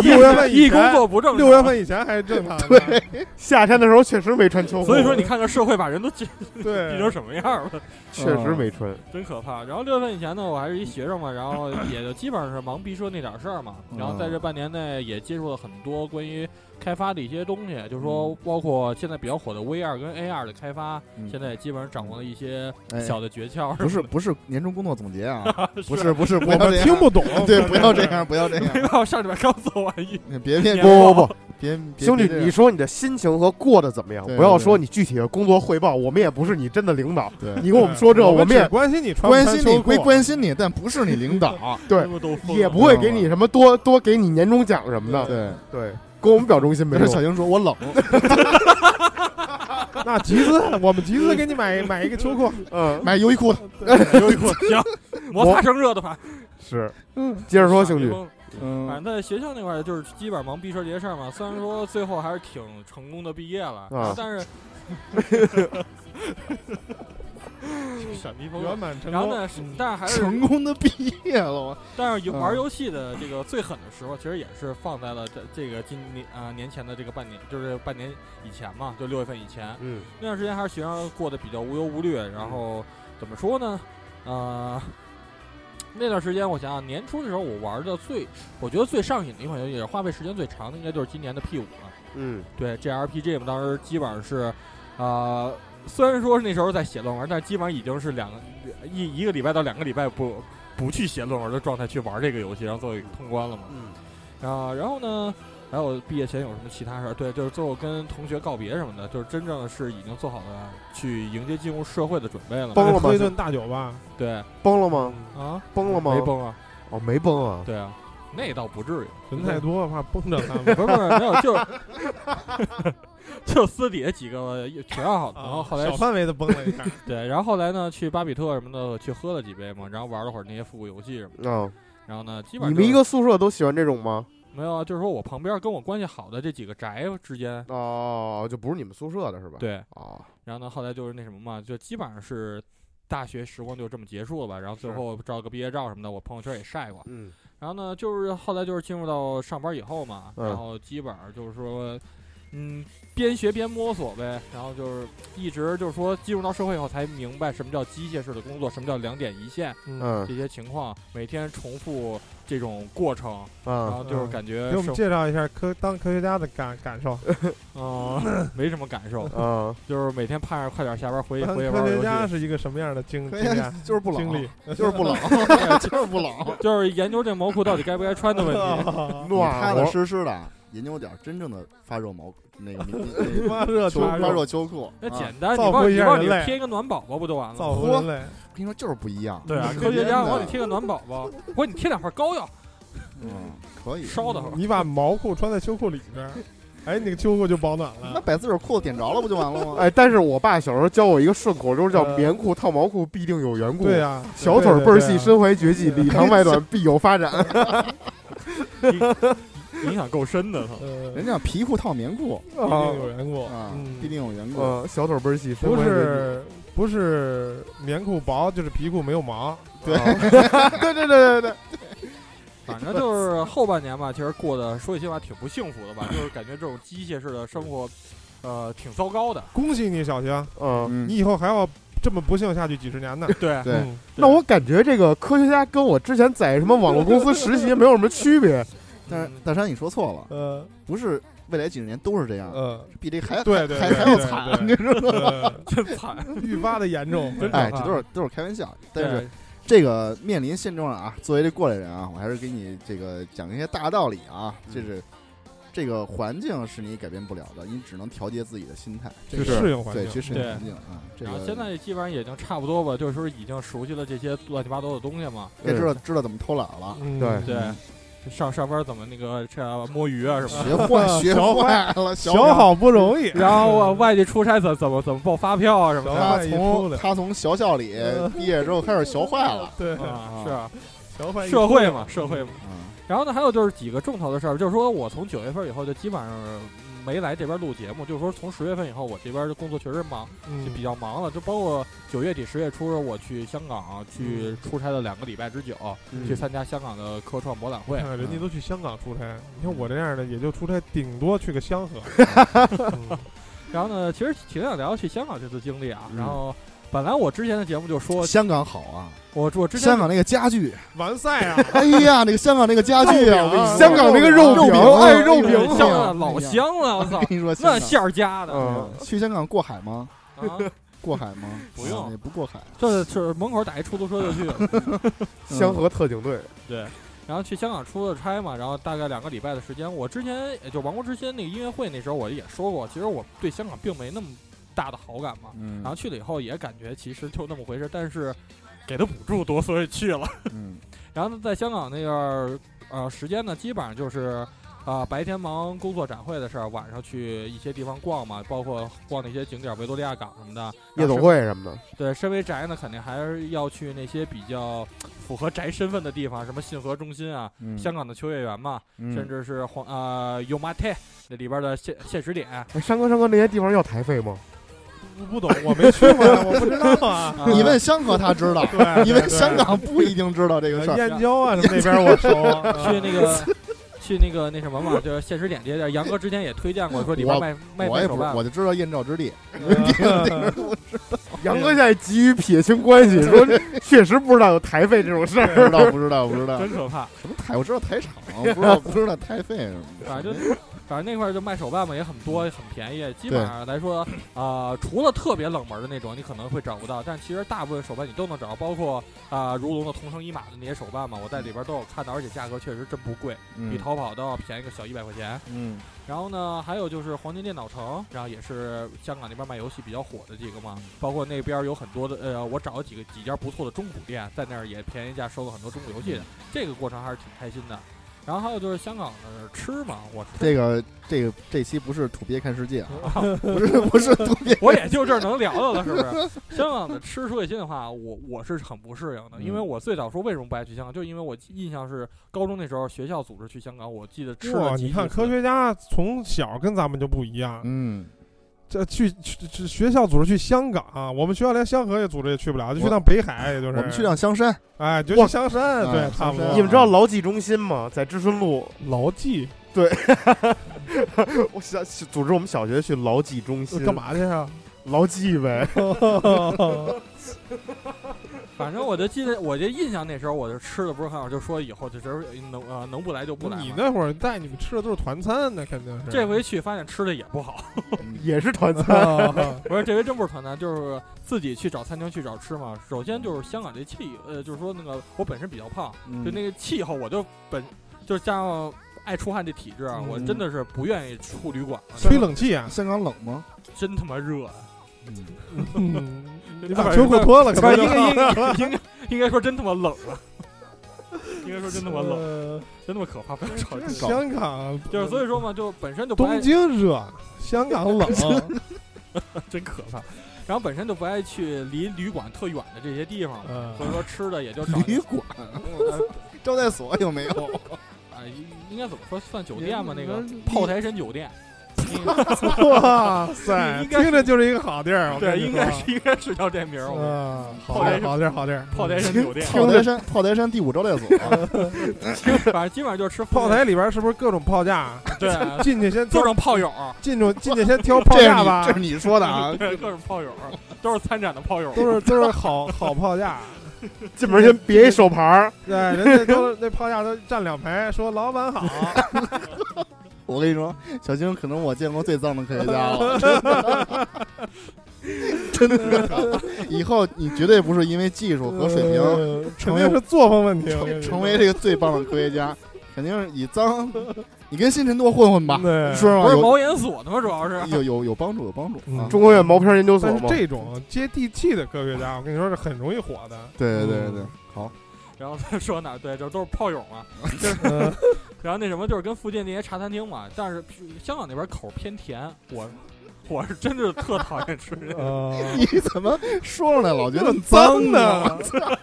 六月份以一工前作不正常，六月份以前还正常呢。对 <laughs> 夏天的时候确实没穿秋裤，所以说你看看社会把人都挤对挤成什么样了， <laughs> 确实没穿。真可怕。然后六月份以前呢，我还是一学生嘛，然后也就基本上是忙毕设那点事儿嘛。嗯然后在这半年内也接触了很多关于开发的一些东西，就是嗯说包括现在比较火的 VR 跟 AR 的开发，嗯现在也基本上掌握了一些哎小的诀窍。 <laughs> 不是不是年终工作总结啊，不是是 <laughs> 不是，不我要这们样。听不懂对，不要这样，不要这 <laughs> 样，我上礼拜刚做完一别别年别不报不不，别，别兄弟，别这样你说你的心情和过得怎么样？对不要对说你具体的工作汇报，我们也不是你真的领导。对你跟我们说这，嗯我我们只也关心你穿不关穿心你秋裤归啊关心你，但不是你领导。啊对他们都疯了也不会给你什么多多给你年终奖什么的。对，对，跟我们表忠心没没事。用。 <laughs> 小英说：“我冷。那集资，我们集资给你买买一个秋 <laughs> 裤。嗯，买优衣库的。有一股行，摩擦生热的吧。 <laughs> 是。接着说，傻兄逼弟，疯了”嗯反正在学校那块儿，就是基本上忙毕设这些事儿嘛。虽然说最后还是挺成功的毕业了，啊但是闪避风圆满成功。嗯然后呢，是但是还是，成功的毕业了，我但是游玩嗯游戏的这个最狠的时候，其实也是放在了这这个今年啊、年前的这个半年，就是半年以前嘛，就六月份以前嗯，那段时间还是学生过得比较无忧无虑。然后怎么说呢？呃，那段时间我想想，年初的时候我玩的最，我觉得最上瘾的一款游戏，也是花费时间最长的，应该就是今年的 P 五了。嗯，对 JRPG 嘛，当时基本上是，呃，虽然说那时候在写论文，但基本上已经是两个一一个礼拜到两个礼拜不不去写论文的状态去玩这个游戏，然后最后通关了嘛。啊，然后呢，还有毕业前有什么其他事儿？对，就是最后跟同学告别什么的，就是真正的是已经做好了去迎接进入社会的准备了嘛。崩了吗喝一顿大酒吧，对崩了吗？啊，崩了吗？没。崩啊？哦，没崩啊。对啊，那倒不至于。人太多怕崩着他 <laughs> 们。不是不是，没有，就是就私底下几个挺要好的，哦然后后来小范围的崩了一下，对，然后后来呢，去巴比特什么的去喝了几杯嘛，然后玩了会儿那些复古游戏什么的，啊，然后呢，基本你上们一就是个宿舍都喜欢这种吗？没有啊，就是说我旁边跟我关系好的这几个宅之间，哦，就不是你们宿舍的是吧？。对，哦，然后呢，后来就是那什么嘛，就基本上是大学时光就这么结束了吧，然后最是后照个毕业照什么的，我朋友圈也晒过，嗯，然后呢，就是后来就是进入到上班以后嘛，嗯然后基本上就是说，嗯，边学边摸索呗，然后就是一直就是说进入到社会以后才明白什么叫机械式的工作，什么叫两点一线。嗯这些情况，每天重复这种过程，嗯然啊，，后就是感觉嗯给我们生介绍一下科当科学家的感感受。嗯 <laughs> 没什么感受 <laughs> 啊，就是每天盼着快点下班回当回家科玩学家游戏，是一个什么样的经经验 <laughs> 就是不冷，经 <laughs> 历？就是不冷，就是不冷。就是研究这毛裤到底该不该穿的问嗯题。 <laughs> 暖踏和踏。实实的，研究点真正的发热毛那个那发热个秋发发 <laughs> 热，热秋裤。那啊简单，你造往福一你下往里人类贴一个暖宝宝不就完了造吗？福人类。跟你说就是不一样。对啊，是科学家真的往里贴个暖宝宝， <laughs> 或者你贴两块膏药嗯，可以烧的会儿。 <laughs> 你把毛裤穿在秋裤里边儿，哎，那个秋裤就保暖那了。把自个儿裤子点着了不就完了吗？哎，但是我爸小时候教我一个顺口溜，叫呃“棉裤套毛裤必定有缘故”。对呀，小腿儿倍儿细，身身怀绝技，对啊里长外短必有发展。影响够深的，他人家皮裤套棉裤必呃定有缘故啊，嗯必定有缘故。呃，小腿儿倍儿细，身不怀绝技。是 <laughs> 嗯不是棉裤薄，就是皮裤没有毛。对啊对对对对对， <laughs> 反正就是后半年吧，其实过得说句心里话挺不幸福的吧，就是感觉这种机械式的生活，呃，挺糟糕的。恭喜你，小强，嗯。嗯，你以后还要这么不幸下去几十年呢。对对嗯那我感觉这个科学家跟我之前在什么网络公司实习没有什么区 <laughs> 别。但嗯是大山你说错了，呃不是未来几十年都是这样，呃，比这嗯还对对还对还要对惨，你对知道吗？呃真嗯 <laughs> 惨， <laughs> 愈发的严重，真哎，可怕这都是都是开玩笑，但是对，这个面临现状啊，作为这过来人啊，我还是给你这个讲一些大道理啊，就是这个环境是你改变不了的，你只能调节自己的心态，这去个是适应环对，境，去适应对环境啊。这然后个现在基本上也已经差不多吧，就是说已经熟悉了这些乱七八糟的东西嘛。也知道知道怎么偷懒了，嗯对对，上上班怎么那个这样摸鱼啊什么的。学坏学学坏了，小小表好不容易， <laughs> 然后我 <laughs> 外地出差怎怎么怎么报发票啊什么小的。他坏一出从来他从学校里毕业之后开始学坏了，对， <laughs> 啊，是啊，小坏一社会嘛，社会嘛。嗯然后呢，还有就是几个重头的事儿，就是说我从九月份以后就基本上没来这边录节目，就是说从十月份以后，我这边的工作确实忙，嗯就比较忙了，就包括九月底十月初我去香港去出差了两个礼拜之久，嗯去参加香港的科创博览会 <laughs> 看。看人家都去香港出差，你看我这样的也就出差，顶多去个香 <laughs> 河。嗯然后呢，其实挺想聊去香港这次经历啊。然后本来我之前的节目就说，香港好啊，我我之前香港那个家具，完赛啊，哎呀，那个香港那个家具啊，我跟你说香港那个肉肉饼，饼哎，肉饼哎呀香港啊老 <laughs> 香啊了，我操我，跟你说，那香馅儿加的。嗯港去香港过海吗？啊，过海吗？不用啊也不过海。这是门口打一出租车就去了， <laughs> 香河特警队，对。然后去香港出了差嘛，然后大概两个礼拜的时间。我之前也就《王国之心》那个音乐会那时候我也说过，其实我对香港并没那么大的好感嘛。嗯，然后去了以后也感觉其实就那么回事，但是给的补助多，所以去了。 <laughs> 嗯，然后在香港那边儿呃时间呢，基本上就是啊、呃白天忙工作展会的事儿，晚上去一些地方逛嘛，包括逛那些景点儿维多利亚港什么的。夜总会什么的。对，身为宅呢，肯定还是要去那些比较符合宅身份的地方，什么信和中心啊，嗯香港的秋叶原嘛，甚至是黄呃 u m a t e 那里边的现现实点啊。哎山哥，山哥，那些地方要台费吗？我不懂，我 <laughs> 没去过呀，我不知道啊。 <laughs> 呃你问香河他知道，对，你问香港不一定知道这对个事对 <laughs> 呃儿。燕郊啊什么那边我熟，去那个。去那个那什么嘛，就是现实点这些地儿，杨哥之前也推荐过，说里边我卖卖我卖也手不，办，我就知道燕赵之 <laughs> 地。个 <laughs> 杨哥现在急于撇清关 <laughs> 系，说确实不知道有台费这种事不知儿。道，不知道，不知道。真可怕。什么台？我知道台场，不 <laughs> 知道，不知道台费什么的。反正啊就反正那块儿就卖手办嘛，也很多，很便宜。基本上来说，啊，除了特别冷门的那种，你可能会找不到，但其实大部分手办你都能找，包括啊、如龙的同生一马的那些手办嘛，我在里边都有看到，而且价格确实真不贵，比嗯淘宝都要便宜个小一百块钱。嗯然后呢，还有就是黄金电脑城，然后也是香港那边卖游戏比较火的几个嘛，包括那边有很多的，呃，我找了几个几家不错的中古店，在那儿也便宜价收了很多中古游嗯戏的，这个过程还是挺开心的。然后还有就是香港的吃嘛， <laughs> 我这个这个这期不是土鳖看世界啊，不是不是土 <laughs> 鳖。我也就这儿能聊聊了，是不是？香港的吃，说句心里话，我我是很不适应的，嗯因为我最早说为什么不爱去香港，就因为我印象是高中那时候学校组织去香港，我记得吃哇，了几你看次科学家从小跟咱们就不一样，嗯，这去去去学校组织去香港啊，我们学校连香河也组织也去不了，就去趟北海，也就是我们去趟香山，哎，就哇去香山，啊对，差香不多。<laughs> 山你们知道劳技中心吗？在知春路，牢记 <laughs> 我想组织我们小学去劳技中心干？嘛去啊？ <laughs> 劳技 <laughs> 呗。反正我就记得，我就印象那时候我就吃的不是很好，就说以后就时候能呃能不来就不来嘛。你那会儿带你们吃的都是团餐呢，肯定是。这回去发现吃的也不好，也是团餐，啊不是这回真不是团餐，就是自己去找餐厅去找吃嘛。首先就是香港这气，呃，就是说那个我本身比较胖，嗯就那个气候，我就本就加上爱出汗这体质啊，嗯我真的是不愿意出旅馆了， <laughs> 吹冷 <laughs> 气嗯啊，香港冷吗？真他妈热啊！嗯，嗯你那把边秋裤脱了，不可是应 <laughs> 能就该 <laughs> 应该应该应该说真他妈冷啊！应该说就 <laughs> 那么冷，冷，就那么可怕，不要吵这架是。香港就是所以说嘛，就本身就不爱东京热，香港冷， <laughs> 真可怕，然后本身就不爱去离旅馆特远的这些地方嘛，嗯所以说吃的也就找旅馆、 <laughs> 招待所有没有？啊，应该怎么说算酒店吧？那个你炮台山酒店，哇塞，应该是听着就是一个好地儿，我跟对，你应该说是应该是叫这名儿，我们啊，炮好台地山儿，好地儿，好地儿，炮台山酒店，呃炮台山炮台山第五招待所， <laughs> 反正基本上就是 <laughs> 吃炮附近台里边是不是各种 <laughs> 炮架？对，进去先各挑，种炮友，进去进去 <laughs> 先挑炮这是架你吧这，是你说的啊？对，各种炮友，都是参展的炮友， <laughs> 都是啊都是好好炮架。进门先别一手牌儿，对，人家都那炮架都站两排，说老 <laughs> 板好，我跟你说，小金可能我见过最脏的科学家了， <laughs> 真的，真的。以后你绝对不是因为技术和水平呃成肯为定是作风问题，我跟你说成为这个最棒的科学家，肯定是以脏，你跟新辰多混混吧，对说实话有不是毛啊研所的吗？主要是有有有帮助，有帮助啊嗯！中科院毛片研究所但是嘛。这种接地气的科学家，我跟你说是很容易火的。 <laughs> 对对对对，好，然后他说哪儿对，就都是炮友嘛。呃 <laughs> 嗯，然后那什么就是跟附近那些茶餐厅嘛，但是香港那边口儿偏甜，我我是真是特讨厌吃这个，呃你怎么说上来老觉得啊脏呢？的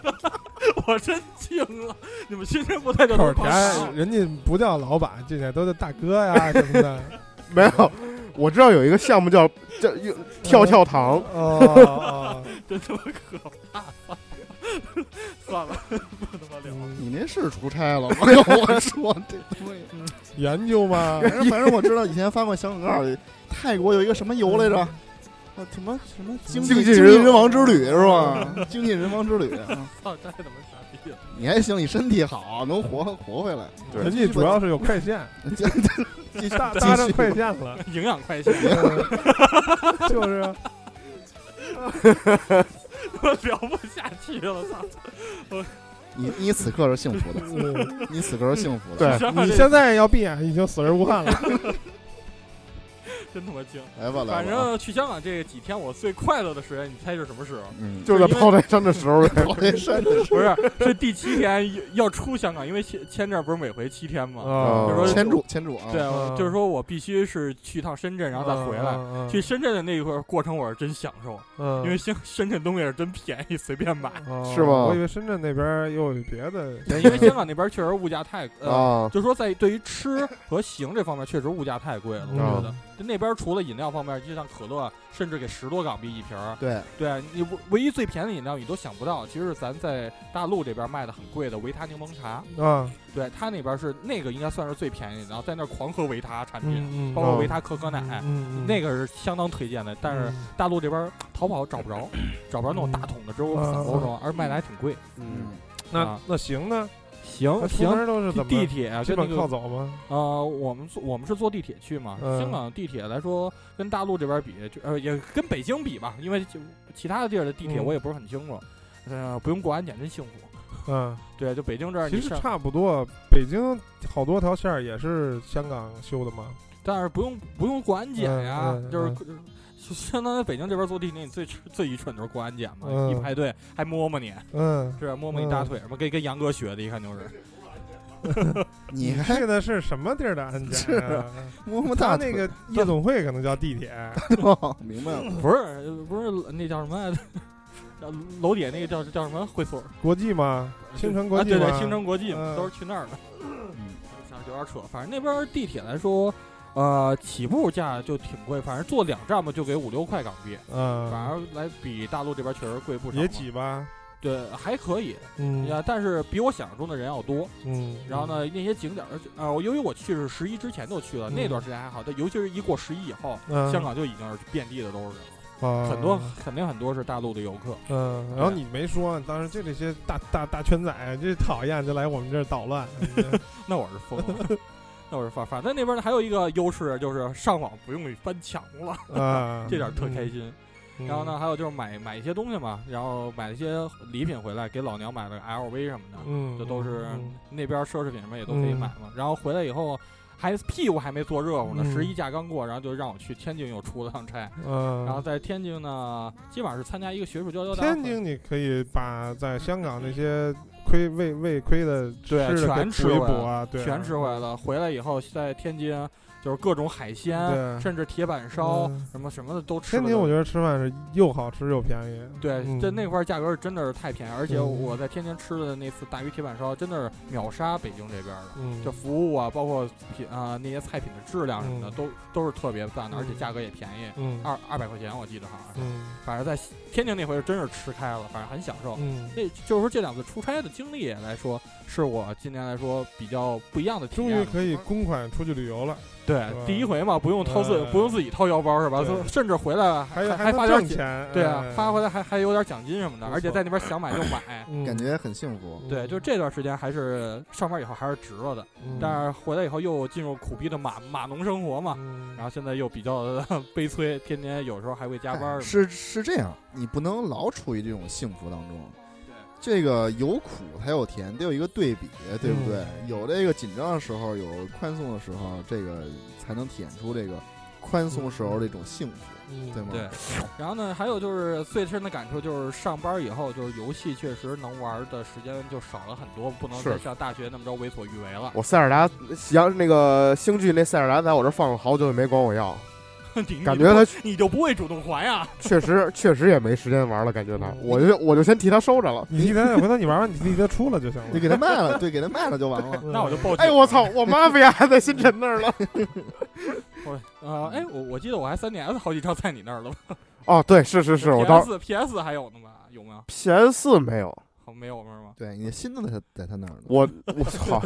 我真惊了，你们新人不太就口能儿甜，人家不叫老板，进去都是大哥呀什 <laughs> 么的。没有，我知道有一个项目叫叫又跳跳糖，哦哦，真他妈可怕！算了，不他妈 <laughs> 聊。嗯你那是出差了吗？ <laughs> 哎呦我说这东西，研究 <laughs> 嘛，反正反正我知道以前发过小广告，泰国有一个什么游来着？啊，什么什么经济经济济人人王之旅是吧？经济人王之旅，啊操，太他妈傻逼了！你还行，你身体好，能活活回来。对人家主要是有快线， <laughs> 继续搭继搭上续快线了， <laughs> 营养快线，嗯就是 <laughs> 啊我聊不下去了，操！你你此刻是幸福的，嗯你此刻是幸福的。对想想你这现在要闭眼已经死而无憾 <laughs> 了。真他妈惊。来吧来吧。反正去香港这几天，我最快乐的时间，你猜是什么时候？嗯，就是在炮台山的时候，跑这山的不是，是第七天要要出香港，因为签签证不是每回七天哦吗？就说牵住牵住啊！对，啊我就是说我必须是去趟深圳，然后再回来。来去，深圳的那一块过程，我是真享受，因因为香深圳东西是真便宜，随便 <laughs> 买。哦是吗我以为深圳那边又有别的，因因为香港那边确实物价太，呃， <laughs> 啊，就说在对于吃和行这方面，确实物价太贵了。我觉得嗯就那边除了饮料方面，就像可乐，甚至给十多港币一瓶儿。对，对啊你唯唯一最便宜的饮料你都想不到，其实是咱在大陆这边卖的很贵的维他柠檬茶， <laughs> 啊，对他那边是那个应该算是最便宜的，然后在那儿狂喝维他产品，嗯嗯，包括嗯维他可可奶，嗯，嗯那个是相当推荐的，但是。嗯大陆这边儿淘宝找不着，找不着那种大桶的，只有嗯散包装，而卖的还挺贵。嗯，那啊那行呢？行那出行，门都是怎么地铁啊基跟本那靠个走吗？呃，我们坐我们是坐地铁去嘛。嗯香港地铁来说，跟大陆这边比，就呃也跟北京比吧，因为就其他的地儿的地铁嗯我也不是很清楚。呃，不用过安检真幸福。嗯，对，就北京这儿其你实上，差不多。北京好多条线儿也是香港修的嘛。但是不用不用过安检呀，嗯嗯就是。就相当于北京这边坐地铁，你最最愚蠢就是过安检嘛，嗯一排队还摸摸你，嗯， <laughs> 是吧啊摸摸你大腿什么，跟跟杨哥学的，一看就是。你还去的是什么地儿的安检 <laughs> 呀？摸摸他大腿那个夜总会可能叫地 <laughs> 铁。哦明白了。不是不是那叫什么来着？ <laughs> 叫楼底下那个叫叫什么会所？国际嘛，青城国际啊、对嘛，对，青城国际嘛，嗯都是去那儿的。反正有点扯，反正那边地铁来说，呃，起步价就挺贵，反正坐两站吧，就给五六块港币，反嗯，而来比大陆这边确实贵不少嘛。也挤吧，对，还可以，嗯呀，但是比我想象中的人要多。嗯。然后呢，那些景点儿，呃，我由于我去是十一之前就去了，嗯那段时间还好，但尤其是一过十一以后，嗯？香港就已经是遍地的都是人了，港很多肯定很多是大陆的游客。嗯，然后你没说，当时就这些大大大圈仔，这讨厌就来我们这儿捣乱，那我是疯 <laughs> 了，那我是反反正那边呢还有一个优势就是上网不用翻墙 <laughs> 了，啊， <laughs> 这点儿特开心。心。嗯然后呢，，还有就是买买一些东西嘛，然后买一些礼品回来，给老娘买了个 LV 什么的，嗯，这都是嗯那边奢侈品什么也都可以买嘛。然后回来以后，还屁股还没坐热乎呢，嗯十一假刚过，然后就让我去天津又出了趟差，嗯，然后在天津呢，基本上是参加一个学术交流大会。天津你可以把在香港那些亏胃胃亏的对吃的全给吃补一回补来啊，对啊，全吃回来了。回来以后，在天津就是各种海鲜，对甚至铁板烧、嗯什么什么的都吃天了都。津我觉得吃饭是又好吃又便宜，对，嗯这那块儿价格是真的是太便宜，而且嗯我在天津吃的那次大鱼铁板烧，真的是秒杀北京这边儿的。嗯，这服务啊，包括品啊、那些菜品的质量什么的，嗯都都是特别赞的，而且嗯价格也便宜，嗯二二百块钱我记得好像是。嗯反正在西天津那回真是吃开了，反正很享受。嗯，那就是说这两次出差的经历来说，是我今年来说比较不一样的体终验于了。可以公款出去旅游了，对吧第一回嘛，不用掏自嗯不用自己掏腰包是吧？对 <laughs> 甚至回来还还还能发挣点奖，钱，对啊哎，发回来还还有点奖金什么的，不错而且在那边想买就 <laughs> 买。嗯感觉很幸福。对，就这段时间还是上班以后还是值了的，嗯但是回来以后又进入苦逼的码码农生活嘛，嗯然后现在又比较 <laughs> 的悲催，天天有时候还会加班哎儿。是是这样，你不能老处于这种幸福当中。这个有苦才有甜，得有一个对比，对不对？嗯有这个紧张的时候，有宽松的时候，这个才能体现出这个宽松时候这种幸福，嗯对吗？对，然后呢，还有就是最深的感触就是上班以后，就是游戏确实能玩的时间就少了很多，不能是再像大学那么着为所欲为了。 <laughs> 我塞尔达，阳那个星剧那塞尔达在我这放了好久也没管我要，你感觉他你就不会主动还呀？确实确实也没时间玩了，感觉他，嗯我就我就先替他收着了。你替他回头你玩完，你替他出了就行你了。给他卖了，对，给他卖了就完了。 <laughs> 那我就报警。哎，我！操，我妈不也还在星辰那儿了？ <laughs> 我呃，哎，我我记得我还 3DS 好几张在你那儿了吧？哦，对，是是是，我当 PS PS 还有呢吧？有吗？ PS 四没有，好没有是吗？对，你的心都在他在他那儿呢。我我操，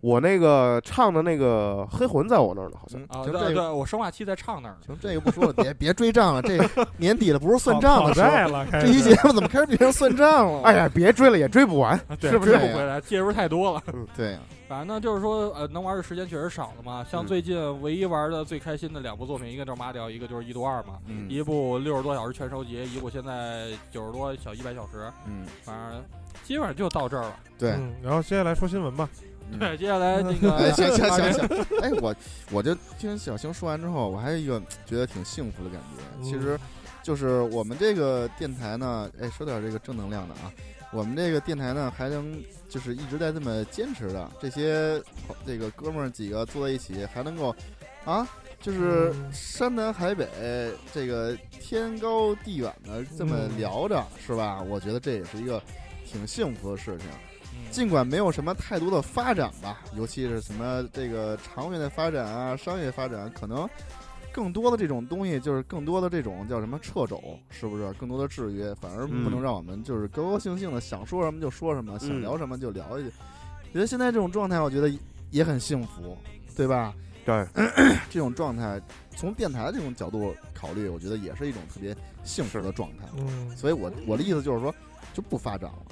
我那个唱的那个黑魂在我那儿呢，好像。嗯啊，行，对这对，个我生化七在唱那儿呢。行，这个不说了，别别追账 <laughs> 了。这年底了，不是算账讨的时候。债了，开这期始嗯节目怎么开始变成算账了？哎，呀，别追了，也追不完。对是不追是这不样回来，介入太多了。对呀，啊反正呢，就是说，呃，能玩的时间确实少了嘛。像嗯最近唯一玩的最开心的两部作品，一个就是《马里奥》，一个就是《一度二》嘛。嗯一部六十多小时全收集，一部现在九十多小一百小时，嗯，反正基本上就到这儿了。对。嗯，然后接下来说新闻吧。嗯对，接下来那 <laughs> 哎，个行行行行， <laughs> 哎，我我就听小星说完之后，我还有一个觉得挺幸福的感觉。嗯其实，就是我们这个电台呢，哎，说点这个正能量的啊，我们这个电台呢，还能就是一直在这么坚持的，这些好这个哥们儿几个坐在一起，还能够啊，就是嗯山南海北，这个天高地远的这么嗯聊着，是吧？我觉得这也是一个挺幸福的事情。嗯尽管没有什么太多的发展吧，尤其是什么这个长远的发展啊、商业发展，可能更多的这种东西就是更多的这种叫什么掣肘，是不是？更多的制约，反而不能嗯让我们就是高高兴兴的想说什么就说什么，想聊什么就聊一句。觉得现在这种状态，我觉得也很幸福，对吧？ <laughs> 对，这种状态，从电台这种角度考虑，我觉得也是一种特别幸福的状态。嗯，所以我我的意思就是说，就不发展了，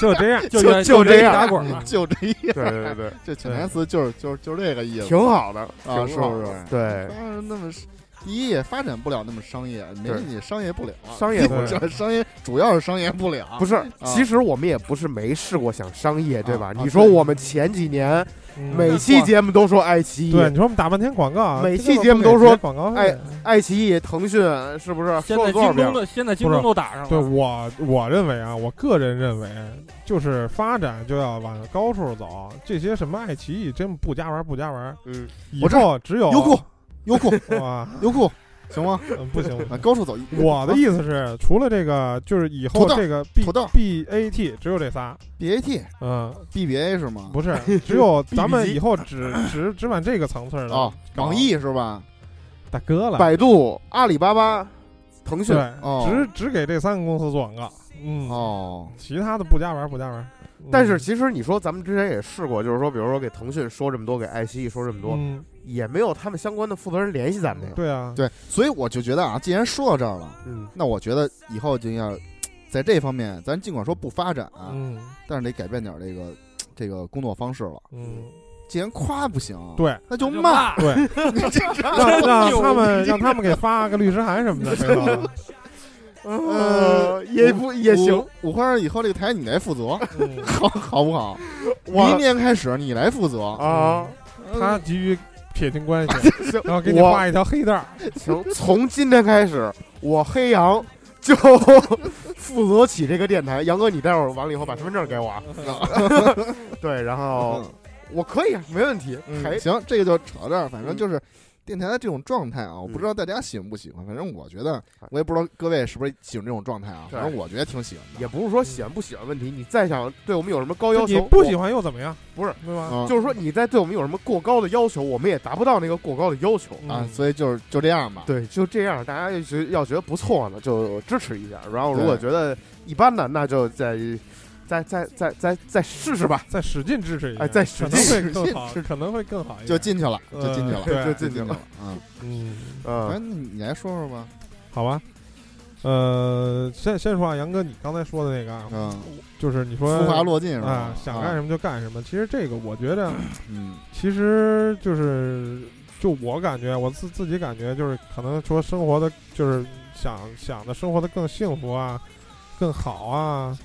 就这样，就原就这原地样打滚嘛。 <laughs> 就这样。对对对，这潜台词就是就是就是这个意 <laughs> 思，挺好的，啊，挺是好不的是？对，当然那么是第一也发展不了那么商业，没对你商业不了，商业不我了觉得商业主要是商业不了，不是，其实我们也不是没试过想商业，对啊吧？啊你说我们前几年嗯每期节目都说爱奇艺，对，你说我们打半天广告啊，每这期个节目都说给广告费。爱奇艺、腾讯是不是？现啊说在了多少京遍东了？的，现在京东不是都打上了。对我，我认为啊，我个人认为，就是发展就要往高处走。这些什么爱奇艺，真不加玩不加玩，嗯，以我这后只有优 <laughs> 酷，优酷，哇，优酷，行吗？嗯不行，不 <laughs> 啊，行高处走，我的意思是，除了这个，就是以后土豆这个 B 土豆 B A T 只有这仨， BAT、嗯， BBA 是吗？ <laughs> 不是，只有 B 咱们级以后只只只往这个层次的啊，网易哦是吧？大哥了，百度、阿里巴巴、腾讯对，，哦只只给这三个公司做广告，嗯，哦，其他的不加玩不加玩。嗯但是其实你说咱们之前也试过，就是说，比如说给腾讯说这么多，给爱奇艺说这么多，嗯，也没有他们相关的负责人联系咱们呀。对啊，对，所以我就觉得啊，既然说到这儿了，嗯，那我觉得以后就要在这方面，咱尽管说不发展啊，嗯但是得改变点这个这个工作方式了。嗯，既然夸不行，，对那就就骂。对， <laughs> <laughs> 让让他们让他们给发个律师函什么的，对吧？呃，也不也行。五。五花以后这个台你来负责，嗯好好不好？我明年开始你来负责，啊，他急于撇清关 <laughs> 系，然后给你我画一条黑带儿，行，从今天开始，我黑羊 <laughs> 就负责起这个电台。杨哥，你待会儿完了以后把身份证给我 <laughs> 啊。对，然后我可以，没问题。哦嗯还行，这个就扯到这儿，反正嗯就是电台的这种状态啊，我不知道大家喜欢不喜欢，反正我觉得哎，我也不知道各位是不是喜欢这种状态啊，对反正我觉得挺喜欢的。也不是说喜欢不喜欢问题，你再想对我们有什么高要就求，你不喜我，欢又怎么样？不是，啊对吧？嗯就是说你再对我们有什么过高的要求，我们也达不到那个过高的要求。啊，嗯所以就是就这样吧。对，就这样，大家要觉要觉得不错呢，就支持一下。然后如对果觉得一般呢，那就再再再再再再试试吧。再使劲支持一下，哎再使可能劲会更好使劲支，可能会更好一点。就进去了，呃就进去了，对就就进进去去了了。嗯，嗯，嗯反，正你来说说吧。好吧。呃，先先说啊，杨哥，你刚才说的那个啊，嗯，就是你说浮华落尽是吧啊，？想干什么？么就干什么。其实这个，我觉得，嗯其实就是就我感觉，我自自己感觉就是，可能说生活的，就是想想的生活的更幸福啊，更好啊，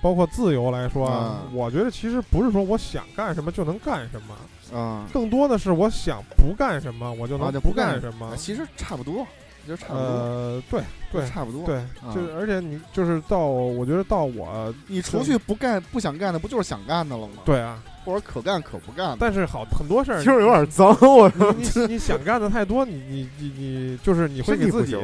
包括自由来说啊，嗯我觉得其实不是说我想干什么就能干什么，嗯，更多的是我想不干什么，我就啊能就不不干什么啊。其实差不多，就差不多，呃，对对差不多。，对，嗯就是而且你就是到，我觉得到我你除对去不干不想干的，不就是想干的了吗？，对啊，或者可干可不干的。但是好很多事儿听着有点脏，我 <laughs> 你你你想干的太多，你你你你就是你会身体给不自己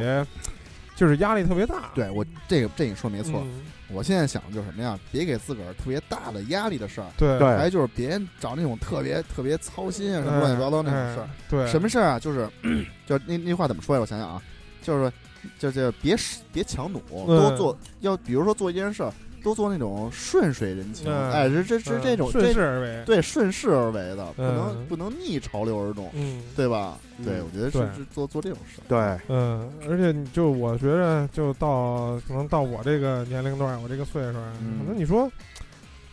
就是压力特别大。对我这个这你说没错，嗯我现在想的就是什么呀？别给自个儿特别大的压力的事儿，对对还有就是别找那种特别特别操心啊什么乱七八糟那种事儿哎。对什么事儿啊？就是 <clears throat> 就那那话怎么说呀？我想想啊，就是说就就别是别强弩，嗯多做要比如说做一件事儿，多做那种顺水人情，嗯哎，这这这嗯这种顺这势而为。对顺势而为的，不嗯能不能逆潮流而动，嗯对吧？嗯对，我觉得对是是做做这种事儿。对，嗯，而且你就我觉着，就到可能到我这个年龄段儿，我这个岁数儿，嗯可能你说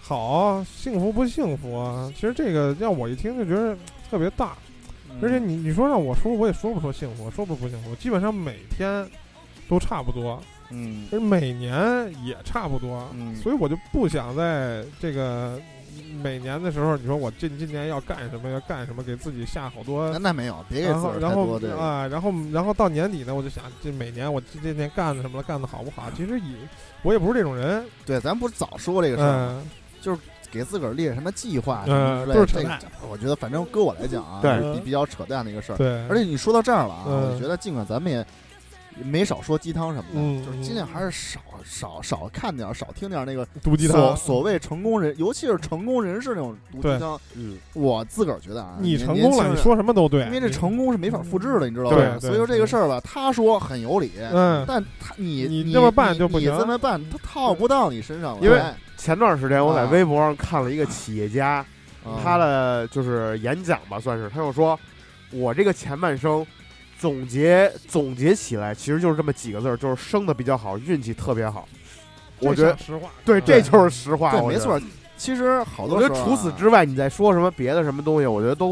好幸福不幸福啊？其实这个让我一听就觉得特别大，嗯而且你你说让我说，我也说不出幸福，说不出幸福，基本上每天都差不多。嗯，就是每年也差不多，嗯所以我就不想在这个每年的时候，你说我今今年要干什么，要干什么，给自己下好多那。那没有，别给然自个后，儿然太后多这个。啊，然后，然后到年底呢，我就想，这每年我这这年干的什么了，干的好不嗯好？其实也，我也不是这种人，对，咱不是早说过这个事儿吗，嗯，给自个儿列什么计划什么嗯之类的，都是扯这个淡这我觉得反正搁我来讲啊，对是比比较扯淡的一个事儿。对，而且你说到这儿了啊，嗯我觉得尽管咱们也没少说鸡汤什么的，嗯就是尽量还是少少少看点儿，少听点儿那个毒鸡所汤，所谓成功人，尤其是成功人士那种毒鸡对汤。嗯，我自个儿觉得啊，你年成功了，你，说什么都对，年轻人因为这你，成功是没法复制的，你知道对吧？对所以说这个事儿吧，他说很有理，嗯，但他你你你这么办就不你行这么办他套不到你身上来，因为哎前段时间我在啊微博上看了一个企业家，嗯他的就是演讲吧，算是，他就说，我这个前半生总结总结起来，其实就是这么几个字儿，就是生的比较好，运气特别好。我觉这得是实话，对，这就是是实话，对我没觉得错。。其实好多我觉时得候啊，除此之外，你再说什么别的什么东西，我觉得都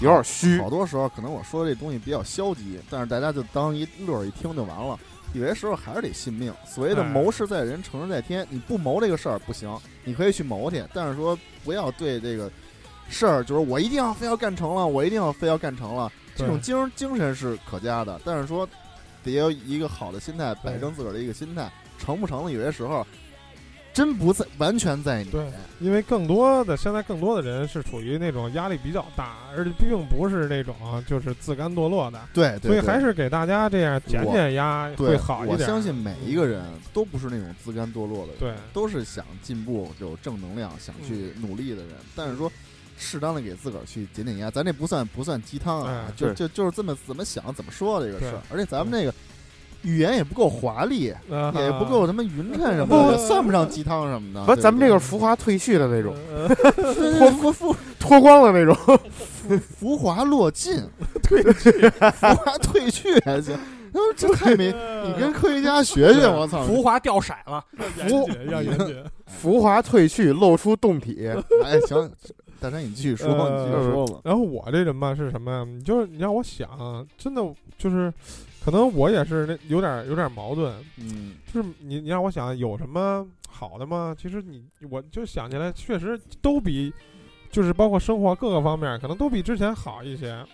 有点虚好。多时候可能我说这东西比较消极，但是大家就当一乐儿一听就完了。有些时候还是得信命，所谓的哎谋事在人，成事在天。你不谋这个事儿不行，你可以去谋去，但是说不要对这个事儿，就是我一定要非要干成了，我一定要非要干成了，这种对精精神是可嘉的，但是说得有一个好的心态，摆正自个儿的一个心态，成不成的有些时候真不在完全在你。对，因为更多的现在更多的人是处于那种压力比较大，而且并不是那种就是自甘堕落的，对，对所对以还是给大家这样减我减压对会好一点。嗯我相信每一个人都不是那种自甘堕落的人，对嗯都是想进步、有正能量、想去努力的人。但是说，适当的给自个儿去减减压，咱这不算不算鸡汤啊，哎就对就就是这么怎么想、怎么说这个事儿对。嗯而且咱们这个语言也不够华丽，啊也不够什么匀称什么不的，就算不上鸡汤什么的。不，对咱们这个对浮华褪去的那种， <laughs> 呃对浮浮脱光了那种。 <laughs> 浮华落尽，退去，浮华退去还行。 <laughs> 那这太没，你跟科学家学学，我操！浮华掉色了，要严谨要严谨。浮华褪去，露出胴体。 <laughs> 哎，行，大山，你继续说，你呃继续说吧。然后我这人吧是什么呀？你就是你让我想，真的就是，可能我也是那有点有点矛盾，嗯就是你你让我想有什么好的吗？其实你我就想起来，确实都比就是包括生活各个方面，可能都比之前好一些。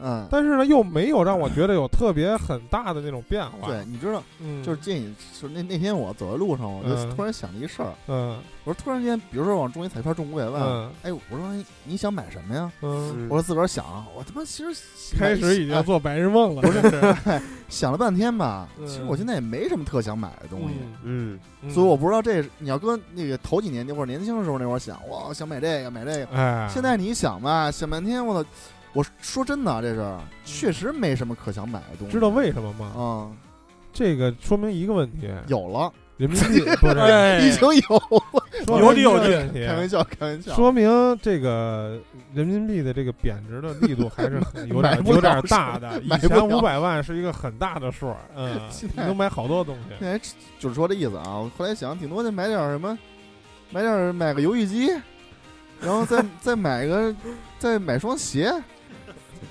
嗯，但是呢，又没有让我觉得有特别很大的那种变化。对，，你知道，嗯，就是建议，就是那那天我走在路上，我就嗯突然想了一事儿，嗯我说突然间，比如说往中间彩票中五百万，嗯哎，我说哎你想买什么呀？嗯，我说自个儿想，我他妈其实开始已哎经做白日梦了，不是？想了半天吧，嗯 <laughs> 其实我现在也没什么特想买的东西，嗯，嗯所以我不知道这你要搁那个头几年那会儿年轻的时候那会儿想，哇，想买这个买这个，哎，现在你一想吧，想半天，我操！我说真的啊，这是确实没什么可想买的东西，嗯知道为什么吗？啊、嗯，这个说明一个问题，有了，人民币不 <laughs> 是 <laughs> 哎已经有了，说有明理一有个据问题开玩笑，开玩笑，说明这个人民币的这个贬值的力度还是 <laughs> 很有买点不了有点大的。以买不前了五百万是一个很大的数儿，嗯， <laughs> 现你在能买好多东西。那还哎就是说这意思啊。我后来想，顶多就买点什么，买点买个游戏机，然后再再买个再买双 <laughs> 鞋，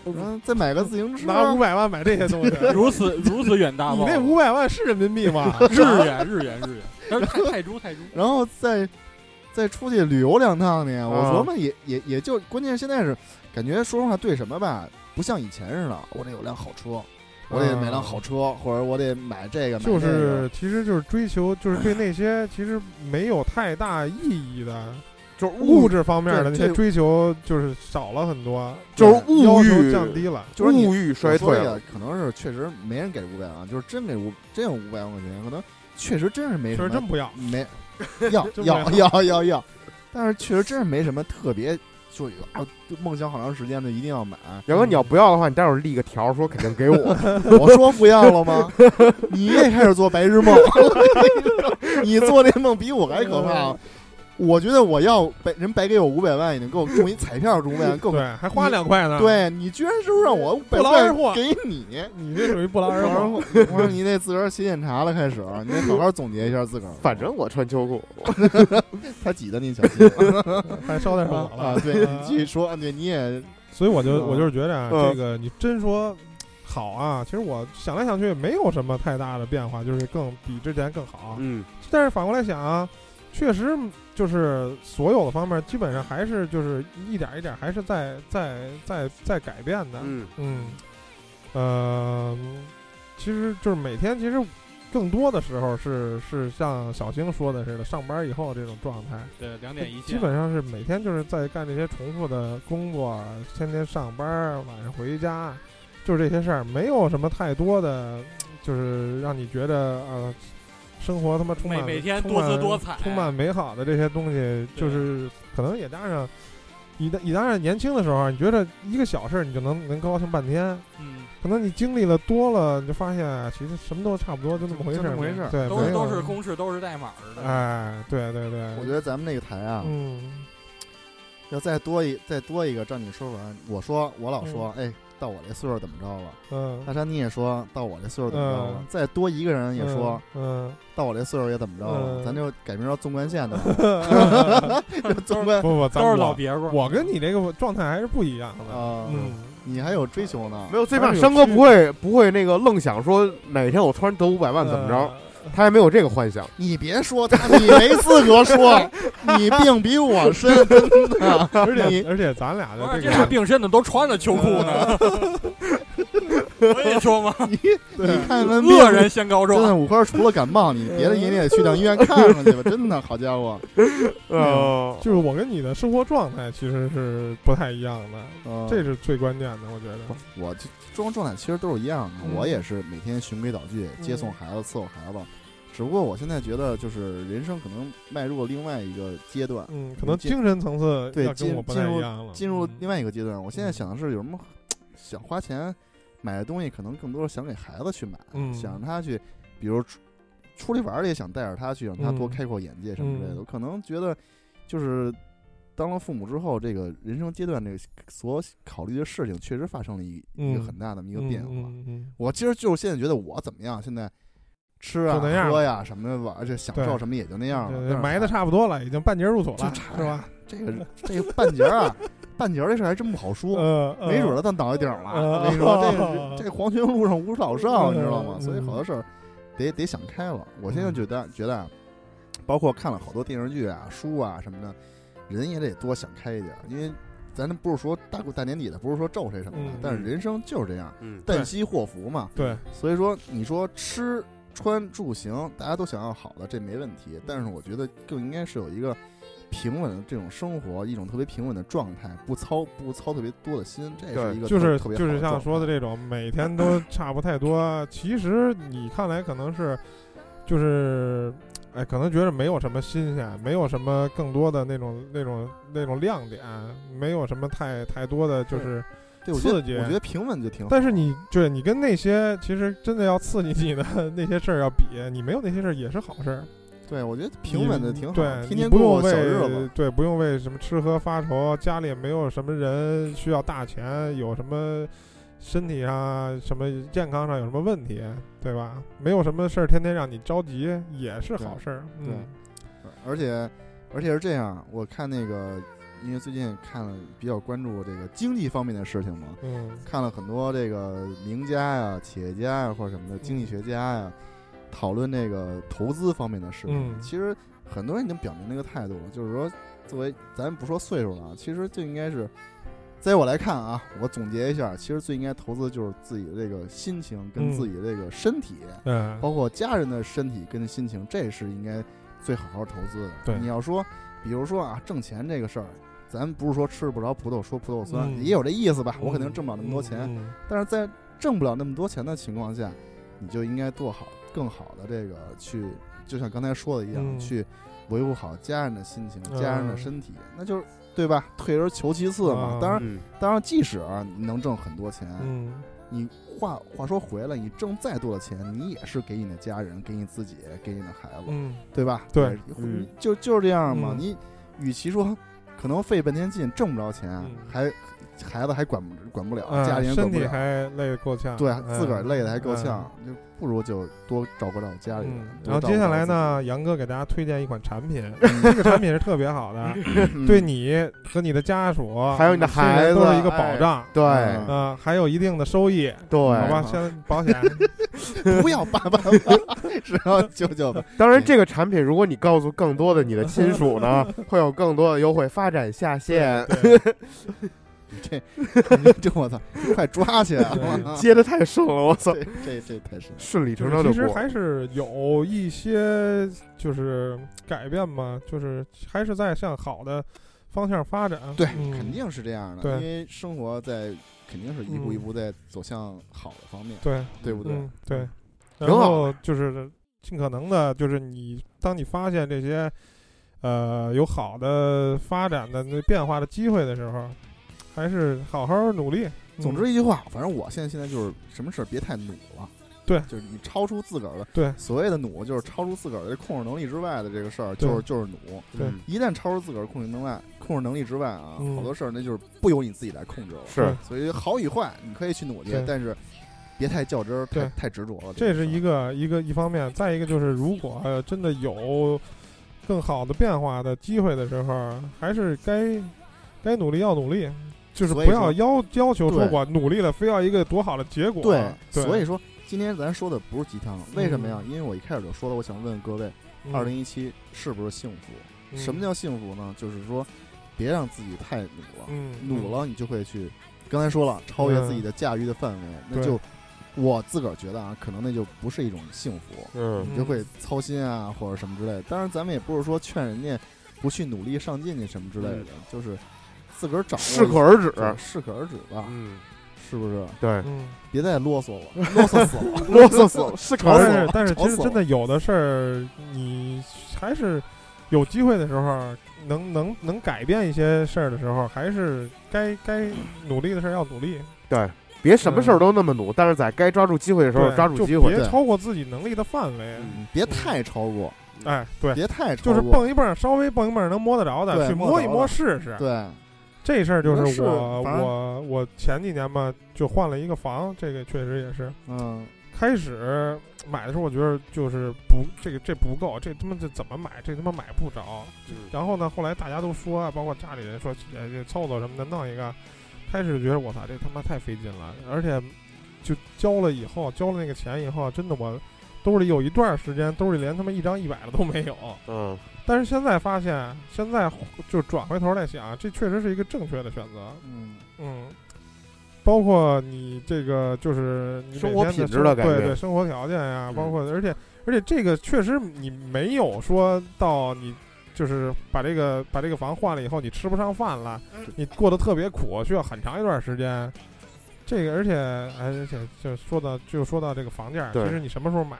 然后再买个自行车。拿五百万买这些 <laughs> 东西， <laughs> 如此如此远大你望。那五百万是人民币吗？日元日元日元，但是泰泰铢泰铢，然后再再出去旅游两趟呢。我啊嗯琢磨也也也就，关键是现在是感觉说实话对什么吧，不像以前似的，我得有辆好车， <laughs> 我得买辆 <laughs> 好车，或者我得买这个，买嗯就那个是，其实就是追求，就是对那些其实没有太大意义的，就是物质方面的那对些这追求，就是少了很多，就是要物求欲降低了。就是你物欲衰我说退这了个，啊可能是确实没人给五百万，就是真给五真有五百万块钱，可能确实真是没确什么，实真不要， <laughs> 没要真不要要要要要，但是确实真是没什么特别，就有啊梦想好长时间的一定要买。杨哥，你要不要的话，你待会儿立个条儿说肯定给我。我说不要了吗？你也开始做白日梦，你做这梦比我还可怕。啊我觉得我要白人白给我五百万，已经够中一彩票中五百万够。对，还花两块呢。，对你居然是不是让我不百劳而获万给你？你这属于不劳而获。我说我说你得自个儿写检查了，开始啊你得好好总结一下自个儿。反正我穿秋裤，他挤的你小心 <laughs> 还捎带上我了啊！ <laughs> 对，你继续说啊，对你也所以我就嗯我就是觉得啊，嗯这个你真说好啊，其实我想来想去也没有什么太大的变化，就是更比之前更好。啊嗯，但是反过来想啊，确实就是所有的方面基本上还是就是一点一点还是在在在在改变的。嗯嗯，呃，其实就是每天其实。更多的时候是是像小星说的似的，上班以后这种状态，对，两点一线，基本上是每天就是在干这些重复的工作，啊天天上班儿，晚上回家，就是这些事儿，没有什么太多的，就是让你觉得呃，生活他妈充每满每天充多姿满多彩充满美好的这些东西，对就是可能也加上。你的你当然年轻的时候啊，你觉得一个小事儿你就能能高兴半天，嗯，可能你经历了多了，你就发现啊其实什么都差不多，就那么就回事就那儿，么回事儿对，都没是有都是公式，都是代码儿的。哎，对对对，我觉得咱们那个台啊，嗯，要再多一再多一个，照你说完，我说我老说，哎，到我这岁数怎么着了？嗯，大山你也说到我这岁数怎么着了嗯？再多一个人也说嗯，到我这岁数也怎么着了？嗯咱就改名叫纵贯 <laughs> 线的，嗯，纵贯不不，咱都是们老别过，我跟 <laughs> 你这个状态还是不一样的。啊，嗯，你还有追求呢没？有。最怕反正有山哥区不会不会那个愣想说哪天我突然得五百万怎么着，呃他还没有这个幻想。你别说他，你没资格说， <laughs> 你病比我深，真的。呃？ <laughs> 而你且而且咱俩的而这这俩个， <laughs> 病身的都穿着秋裤呢。 <laughs> 我跟 <laughs> 你说嘛，你看看病恶人先告真的，状。五花除了感冒，你别嗯的你也得去趟医院看看去吧。真的，好家伙，呃，就是我跟你的生活状态其实是不太一样的，呃嗯这是最关键的，我觉得。我这生活状态其实都是一样的。嗯我也是每天循规蹈矩，接送孩子，伺候孩子。只不过我现在觉得，就是人生可能迈入了另外一个阶段，嗯，可能精神层次对要跟进我不太一样了，嗯进入了另外外一个阶段。我现在想的是，有什么想花钱买的东西，可能更多是想给孩子去买，嗯想让他去，比如出出去玩儿也想带着他去，让他多嗯开阔眼界什么之类的。嗯我可能觉得，就是当了父母之后，这个人生阶段这个所考虑的事情，确实发生了一、一个嗯很大的一个变化。嗯嗯我其实就是现在觉得我怎么样，现在吃啊就那样喝呀、什么的玩儿，这享受对什么也就那样了，但嗯对是埋的还差不多了，已经半截入土了，就差是吧？这个这个半截儿啊，半截儿这事儿还真不好说。呃，呃没准儿他倒一顶了。呃我跟你说哦，这这黄泉路上无老少，嗯你知道吗？嗯所以好多事儿得得想开了。我现在觉得觉得，啊，包括看了好多电视剧啊、书啊什么的，人也得多想开一点儿，因为咱不是说大过大年底的，不是说咒谁什么的，嗯但是人生就是这样，嗯，旦夕祸福嘛。对，所以说，你说吃穿住行，大家都想要好的，这没问题。但是我觉得更应该是有一个平稳的这种生活，一种特别平稳的状态，不操不操特别多的心，这对是一个就是特特别就是好像说状态的这种，每天都差不太多。其实你看来可能是，就是，哎，可能觉得没有什么新鲜，没有什么更多的那种那种那种亮点，没有什么太太多的就是。对，我觉得刺激我觉得平稳就挺好。但是你对你跟那些其实真的要刺激你的 <laughs> 那些事儿要比，你没有那些事儿也是好事儿，对我觉得平稳的你挺好，对，天你天不过用小为日子。对，不用为什么吃喝发愁，家里也没有什么人需要大钱，有什么身体上啊什么健康上有什么问题，对吧？没有什么事儿天天让你着急，也是好事儿。对嗯，而且而且是这样，我看那个，因为最近看了比较关注这个经济方面的事情嘛，嗯，看了很多这个名家呀、企业家呀或者什么的经济学家呀，讨论这个投资方面的事情。嗯其实很多人已经表明这个态度了，就是说，作为咱不说岁数了啊，其实就应该是，在我来看啊，我总结一下，其实最应该投资就是自己的这个心情跟嗯自己的这个身体。嗯，包括家人的身体跟心情，这是应该最好好投资的。对你要说，比如说啊，挣钱这个事儿，咱不是说吃不着葡萄说葡萄酸，嗯也有这意思啊吧？我肯定嗯挣不了那么多钱，嗯嗯但是在挣不了那么多钱的情况下，你就应该做好更好的这个去，就像刚才说的一样，嗯去维护好家人的心情、家人的嗯身体，那就是对吧？退而求其次嘛。嗯当然，嗯，当然，即使啊你能挣很多钱，嗯你话话说回来，你挣再多的钱，你也是给你的家人、给你自己、给你的孩子，嗯，对吧？对也，嗯就就是这样嘛。嗯你与其说可能费半天劲挣不着钱，啊嗯还孩子还管不管不了，嗯家里人管身不体了，还累得够呛，对，啊嗯自个儿累的还够呛，，就不如就多照顾照顾家里人嗯。多然后照接顾照下顾 <laughs> 来呢，杨哥给大家推荐一款产品，这个产品是特别 <laughs> 好的，自己？嗯对你和你的 <laughs> 家属啊还有你的亲人孩子哎都是一个保障，对嗯啊，还有一定的收益，好对。吧？先保 <laughs> 险，不要爸爸， <laughs> 爸爸只要舅舅 <laughs> 吧。当然，这个产品如果你告诉更多的你的亲属呢，会有更多的优惠，发展下线。对这 <laughs> 这我操，快抓起来了！接的太顺了，我操！这这这太深了。顺理就成章是其的实过。还是有一些就是改变嘛，就是还是在向好的方向发展，对，嗯肯定是这样的，对因为生活在肯定是一步嗯一步在走向好的方面，对，对不对？嗯，对，挺然好后就是尽可能的，就是你当你发现这些呃有好的发展的那变化的机会的时候，还是好好努力。嗯总之一句话，反正我现在现在就是什么事儿别太努了，对就是你超出自个儿的，对所谓的努就是超出自个儿的控制能力之外的这个事儿，对就是就是努。对嗯一旦超出自个儿控制能外控制能力之外啊，嗯好多事儿那就是不由你自己来控制了。是所以好与坏你可以去努力对，但是别太较真儿，太对太执着了。这是一个个一个一方面，再一个就是，如果、呃真的有更好的变化的机会的时候，还是该该努力要努力，就是所不以要要要求说对我努力了，非要一个多好的结果。对对，，所以说今天咱说的不是鸡汤，为什么呀？因为我一开始就说了，我想问各位，嗯二零一七是不是幸福？嗯什么？叫幸福呢？就是说，别让自己太努了，嗯，嗯努，了你就会去，刚才说了，超嗯越自己的驾驭的范围，那对就我自个儿觉得啊，可能那就不是一种幸福，嗯你就会操心啊或者什么之类的。当然，咱们也不是说劝人家不去努力上进去什么之类的，就是自个儿掌握嗯适可而止。对适可而止吧，嗯，是不是？对，嗯，别再啰嗦了， <laughs> 啰嗦死了。 <laughs> 啰嗦死了，适可吵而死但止。了是但是吵其实死真了的有的事儿，你还是有机会的时候，能能能改变一些事儿的时候，还是该该努力的事儿要努力，对，别什么事儿都那么努，但是在该抓住机会的时候嗯对抓住就机会。别对超过自己能力的范围。嗯别太超过，哎，对，别太超嗯就过，是蹦一蹦，稍微蹦一蹦能摸得着的，对去摸摸得一着摸的试试。对，这事儿就我觉得是是我反正我我前几年吧，就换了一个房，这个确实也是。嗯，开始买的时候，我觉得就是不这个这不够，这他妈这怎么买？这他妈买不着。然后呢，后来大家都说啊，包括家里人说，呃，这凑凑什么的弄一个。开始觉得我操，这他妈太费劲了，而且就交了以后，交了那个钱以后，真的我兜里有一段时间兜里连他妈一张一百的都没有。嗯但是现在发现，现在就转回头来想，这确实是一个正确的选择。嗯，嗯，包括你这个就是你每生活天品质的生改变对对，生活条件呀、嗯包括而且而且这个确实你没有说到你就是把这个把这个房换了以后，你吃不上饭了，嗯你过得特别苦，需要很长一段时间。这个而且哎而且就说到就说到这个房价，对其实你什么时候买，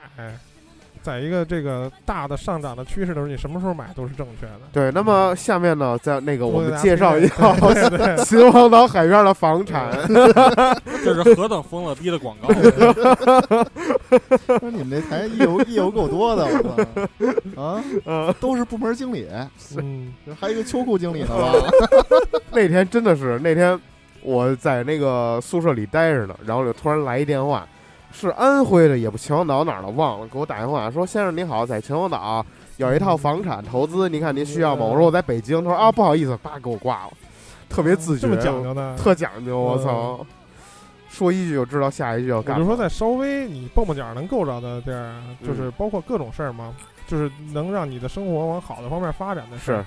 在一个这个大的上涨的趋势的时候，你什么时候买都是正确的。对。那么下面呢，在那个我们介绍一下对 <laughs> 对对秦皇岛海边的房产。这是何等疯了逼的广告！说你们这台业务业务够多的，我操啊，都是部门经理，嗯。还有一个秋裤经理呢吧？那天真的是那天我在那个宿舍里待着呢，然后就突然来一电话，是安徽的，也不秦皇岛哪儿的忘了，给我打电话说：“先生你好，在秦皇岛有一套房产投资，您看您需要吗？”我说我在北京，他说啊不好意思，叭给我挂了，特别自觉，这么讲究呢？特讲嗯究，我操！说一句就知道下一句要比干如嘛。说在稍微你蹦蹦脚能够着的地儿，啊嗯就是包括各种事儿嘛，就是能让你的生活往好的方面发展的事是儿，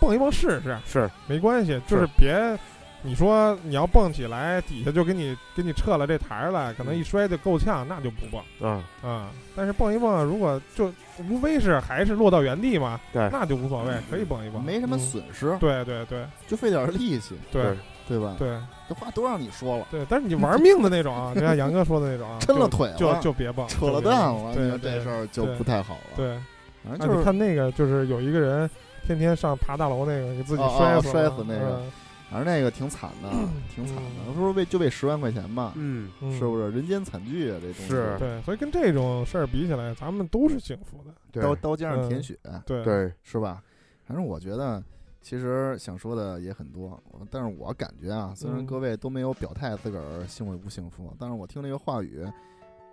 蹦一蹦试试是，没关系，就是别。你说你要蹦起来，底下就给你给你撤了这台儿了，可能一摔就够呛，那就不蹦嗯，啊、但是蹦一蹦，如果就无非是还是落到原地嘛，对那就无所谓，可以蹦一蹦，没什么嗯损失，对对对就费点力气，对对吧？对这话都让你说了，对，但是你玩命的那种啊，就像杨哥说的 <laughs> 那种啊，抻了就腿了，就就别蹦，扯就了别蛋蹦了，对你说这对事儿就对不太好了。，对，反正啊，就你是，看那个，就是有一个人天天上爬大楼那个，给自己哦哦摔死、摔死那个嗯，反正那个挺惨 <clears throat> 的，挺惨的。嗯我说为就为十万块钱嘛，嗯，嗯是不是人间惨剧啊？这东西是对，所以跟这种事儿比起来，咱们都是嗯幸福的。对刀刀尖上舔血，对对，是吧？反正我觉得，其实想说的也很多，我但是我感觉啊，虽然嗯各位都没有表态自个儿幸福不幸福，但是我听这个话语，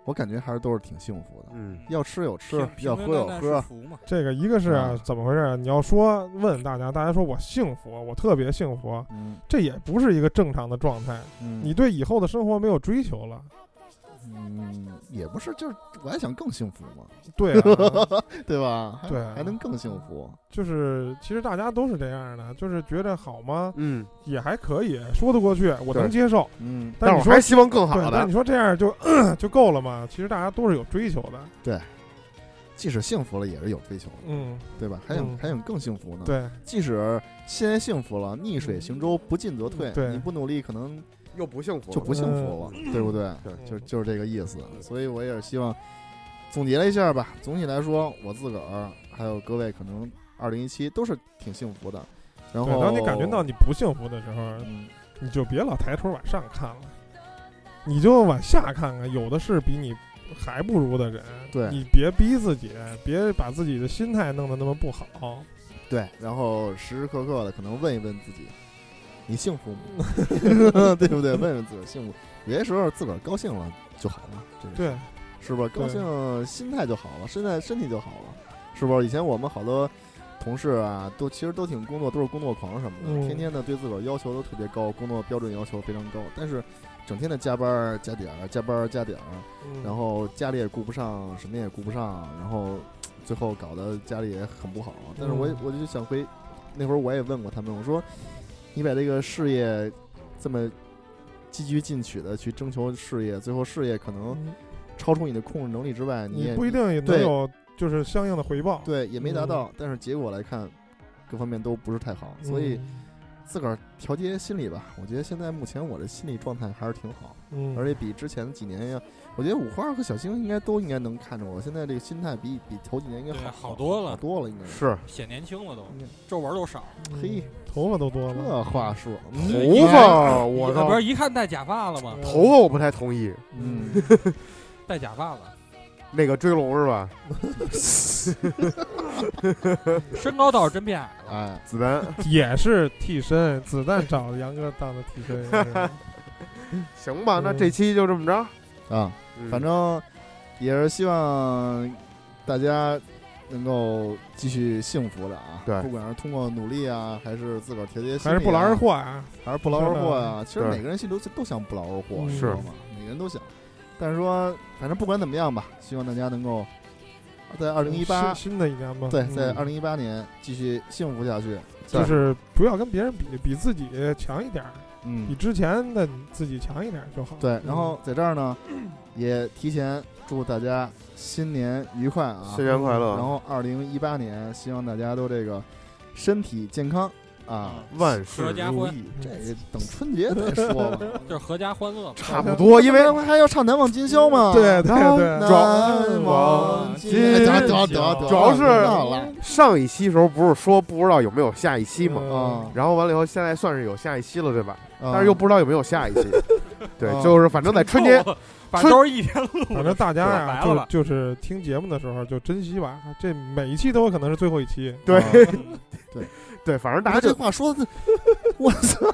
我感觉还是都是挺幸福的。嗯，要吃有吃，要喝有喝，嘛。这个一个是啊嗯怎么回事儿？你要说问大家，大家说我幸福，我特别幸福，嗯这也不是一个正常的状态。嗯，你对以后的生活没有追求了，嗯也不是，就是我还想更幸福 <laughs> 嘛，<laughs> 对啊，对吧？还对啊还能更幸福，就是其实大家都是这样的，就是觉得好吗？嗯，也还可以，说得过去，我能对接受。嗯，但但是我你说还希望更好对，但的你。说这样就 <clears throat> 就够了吗？其实大家都是有追求的，即使幸福了也是有追求的，嗯，对吧？还想嗯还想更幸福呢，对。即使现在幸福了，逆水行舟，不进则退。对你不努力，可能又不幸福就不幸福了，对不对？对就就是这个意思。所以我也是希望总结了一下吧。总体来说，我自个儿还有各位，可能二零一七都是挺幸福的。然对，后，当你感觉到你不幸福的时候，嗯，你就别老抬头往上看了，你就往下看看，有的是比你还不如的人。对你别逼自己，别把自己的心态弄得那么不好。对，然后时时刻刻的可能问一问自己，你幸 <laughs> 福吗？对不对？问问自个儿幸福，有些时候自个儿高兴了就好了，这个对，是不是？高对兴心态就好了，身在身体就好了，是不是？以前我们好多同事啊，都其实都挺工作，都是工作狂什么的，嗯天天的对自个儿要求都特别高，工作标准要求非常高，但是整天的加班儿加点儿，加班儿加点儿，嗯然后家里也顾不上，什么也顾不上，然后最后搞得家里也很不好。但是我也嗯我就想回，那会儿我也问过他们，我说你把这个事业这么积极进取的去征求事业，最后事业可能嗯超出你的控制能力之外，你你也不一定也能对有就是相应的回报。对也没达嗯到，但是结果来看，各方面都不是太好，嗯，所以自个儿调节心理吧。我觉得现在目前我的心理状态还是挺好。嗯，而且比之前几年要，我觉得五花和小星应该都应该能看着我。现在这个心态比比头几年应该对好好多了好多了应该。是显年轻了都，嗯皱纹都少。嗯嘿，头发都多了。这话说，嗯头发，我一操不，是一看戴假发了吗？头发我不太同意。嗯， <laughs> 戴假发了，那个追龙是吧？身高倒是真变矮啊了。哎，子丹， <laughs> <laughs> 也是替身，子弹找的杨哥当的替身。行吧，那嗯这期就这么着。啊，嗯反正也是希望大家能够继续幸福的啊。对不管是通过努力啊，还是自个儿调节心还理、是不劳而，获啊！还是不劳而获啊。其实对每个人心里都都想不劳而获，嗯你知道吗？每个人都想。但是说，反正不管怎么样吧，希望大家能够在二零一八新新的一年吧，对，嗯在二零一八年继续幸福下去。就是不要跟别人比，比自己强一点儿，比嗯，之前的你自己强一点儿就好。对。嗯然后在这儿呢，也提前祝大家新年愉快啊！新年快然乐，后二零一八年，希望大家都这个身体健康啊，嗯万事合家如欢意。这等春节再说吧。就是合家欢乐嘛。差不多，因为不还要唱《难忘今宵》吗？对对然后对难忘今今得了得了得了得了主要是到了上一期时候不是说不知道有没有下一期吗？啊嗯，然后完了以后，现在算是有下一期了，对吧？但但是又不知道有没有下一期。 <laughs> 对啊，就是反正在春 <laughs> 节，反正都是一天录 <laughs> 反的，正大家说白 <laughs> 呀，了吧就就是听节目的时候就珍惜吧，这每一期都有可能是最后一期。对啊 <laughs> 对，反正大拿家这就话说的，我操，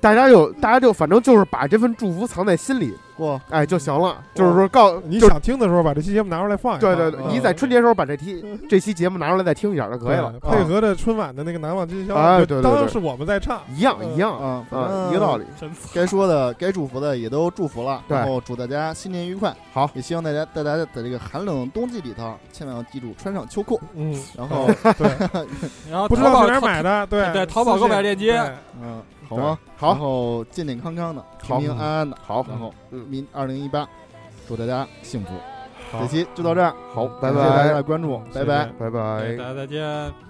大家就大家就反正就是把这份祝福藏在心里，哇，哎就行了。就是说告，你嗯就是想听的时候把这期节目拿出来放一对放，对啊对，啊你在春节时候把这期这期节目拿出来再听一下就可以了对，啊配合着春晚的那个《难忘今宵》哎就对对对当是我们在唱。一样一样啊啊，一个道理。真惨该说的、该祝福的也都祝福了，对然后祝大家新年愉快。好，也希望大家在大家在这个寒冷冬季里头，千万要记住穿上秋裤。嗯，然后，对，然后不知啊淘道宝去哪儿淘买的，对对淘宝私购买信链接对嗯，好吗？好然后健健康康的，平好平安安的。好，然后，嗯明二零一八，祝大家幸福。好这期就到这儿，好，拜嗯感谢大家拜的，关注，拜谢谢拜。拜对拜大。家再见。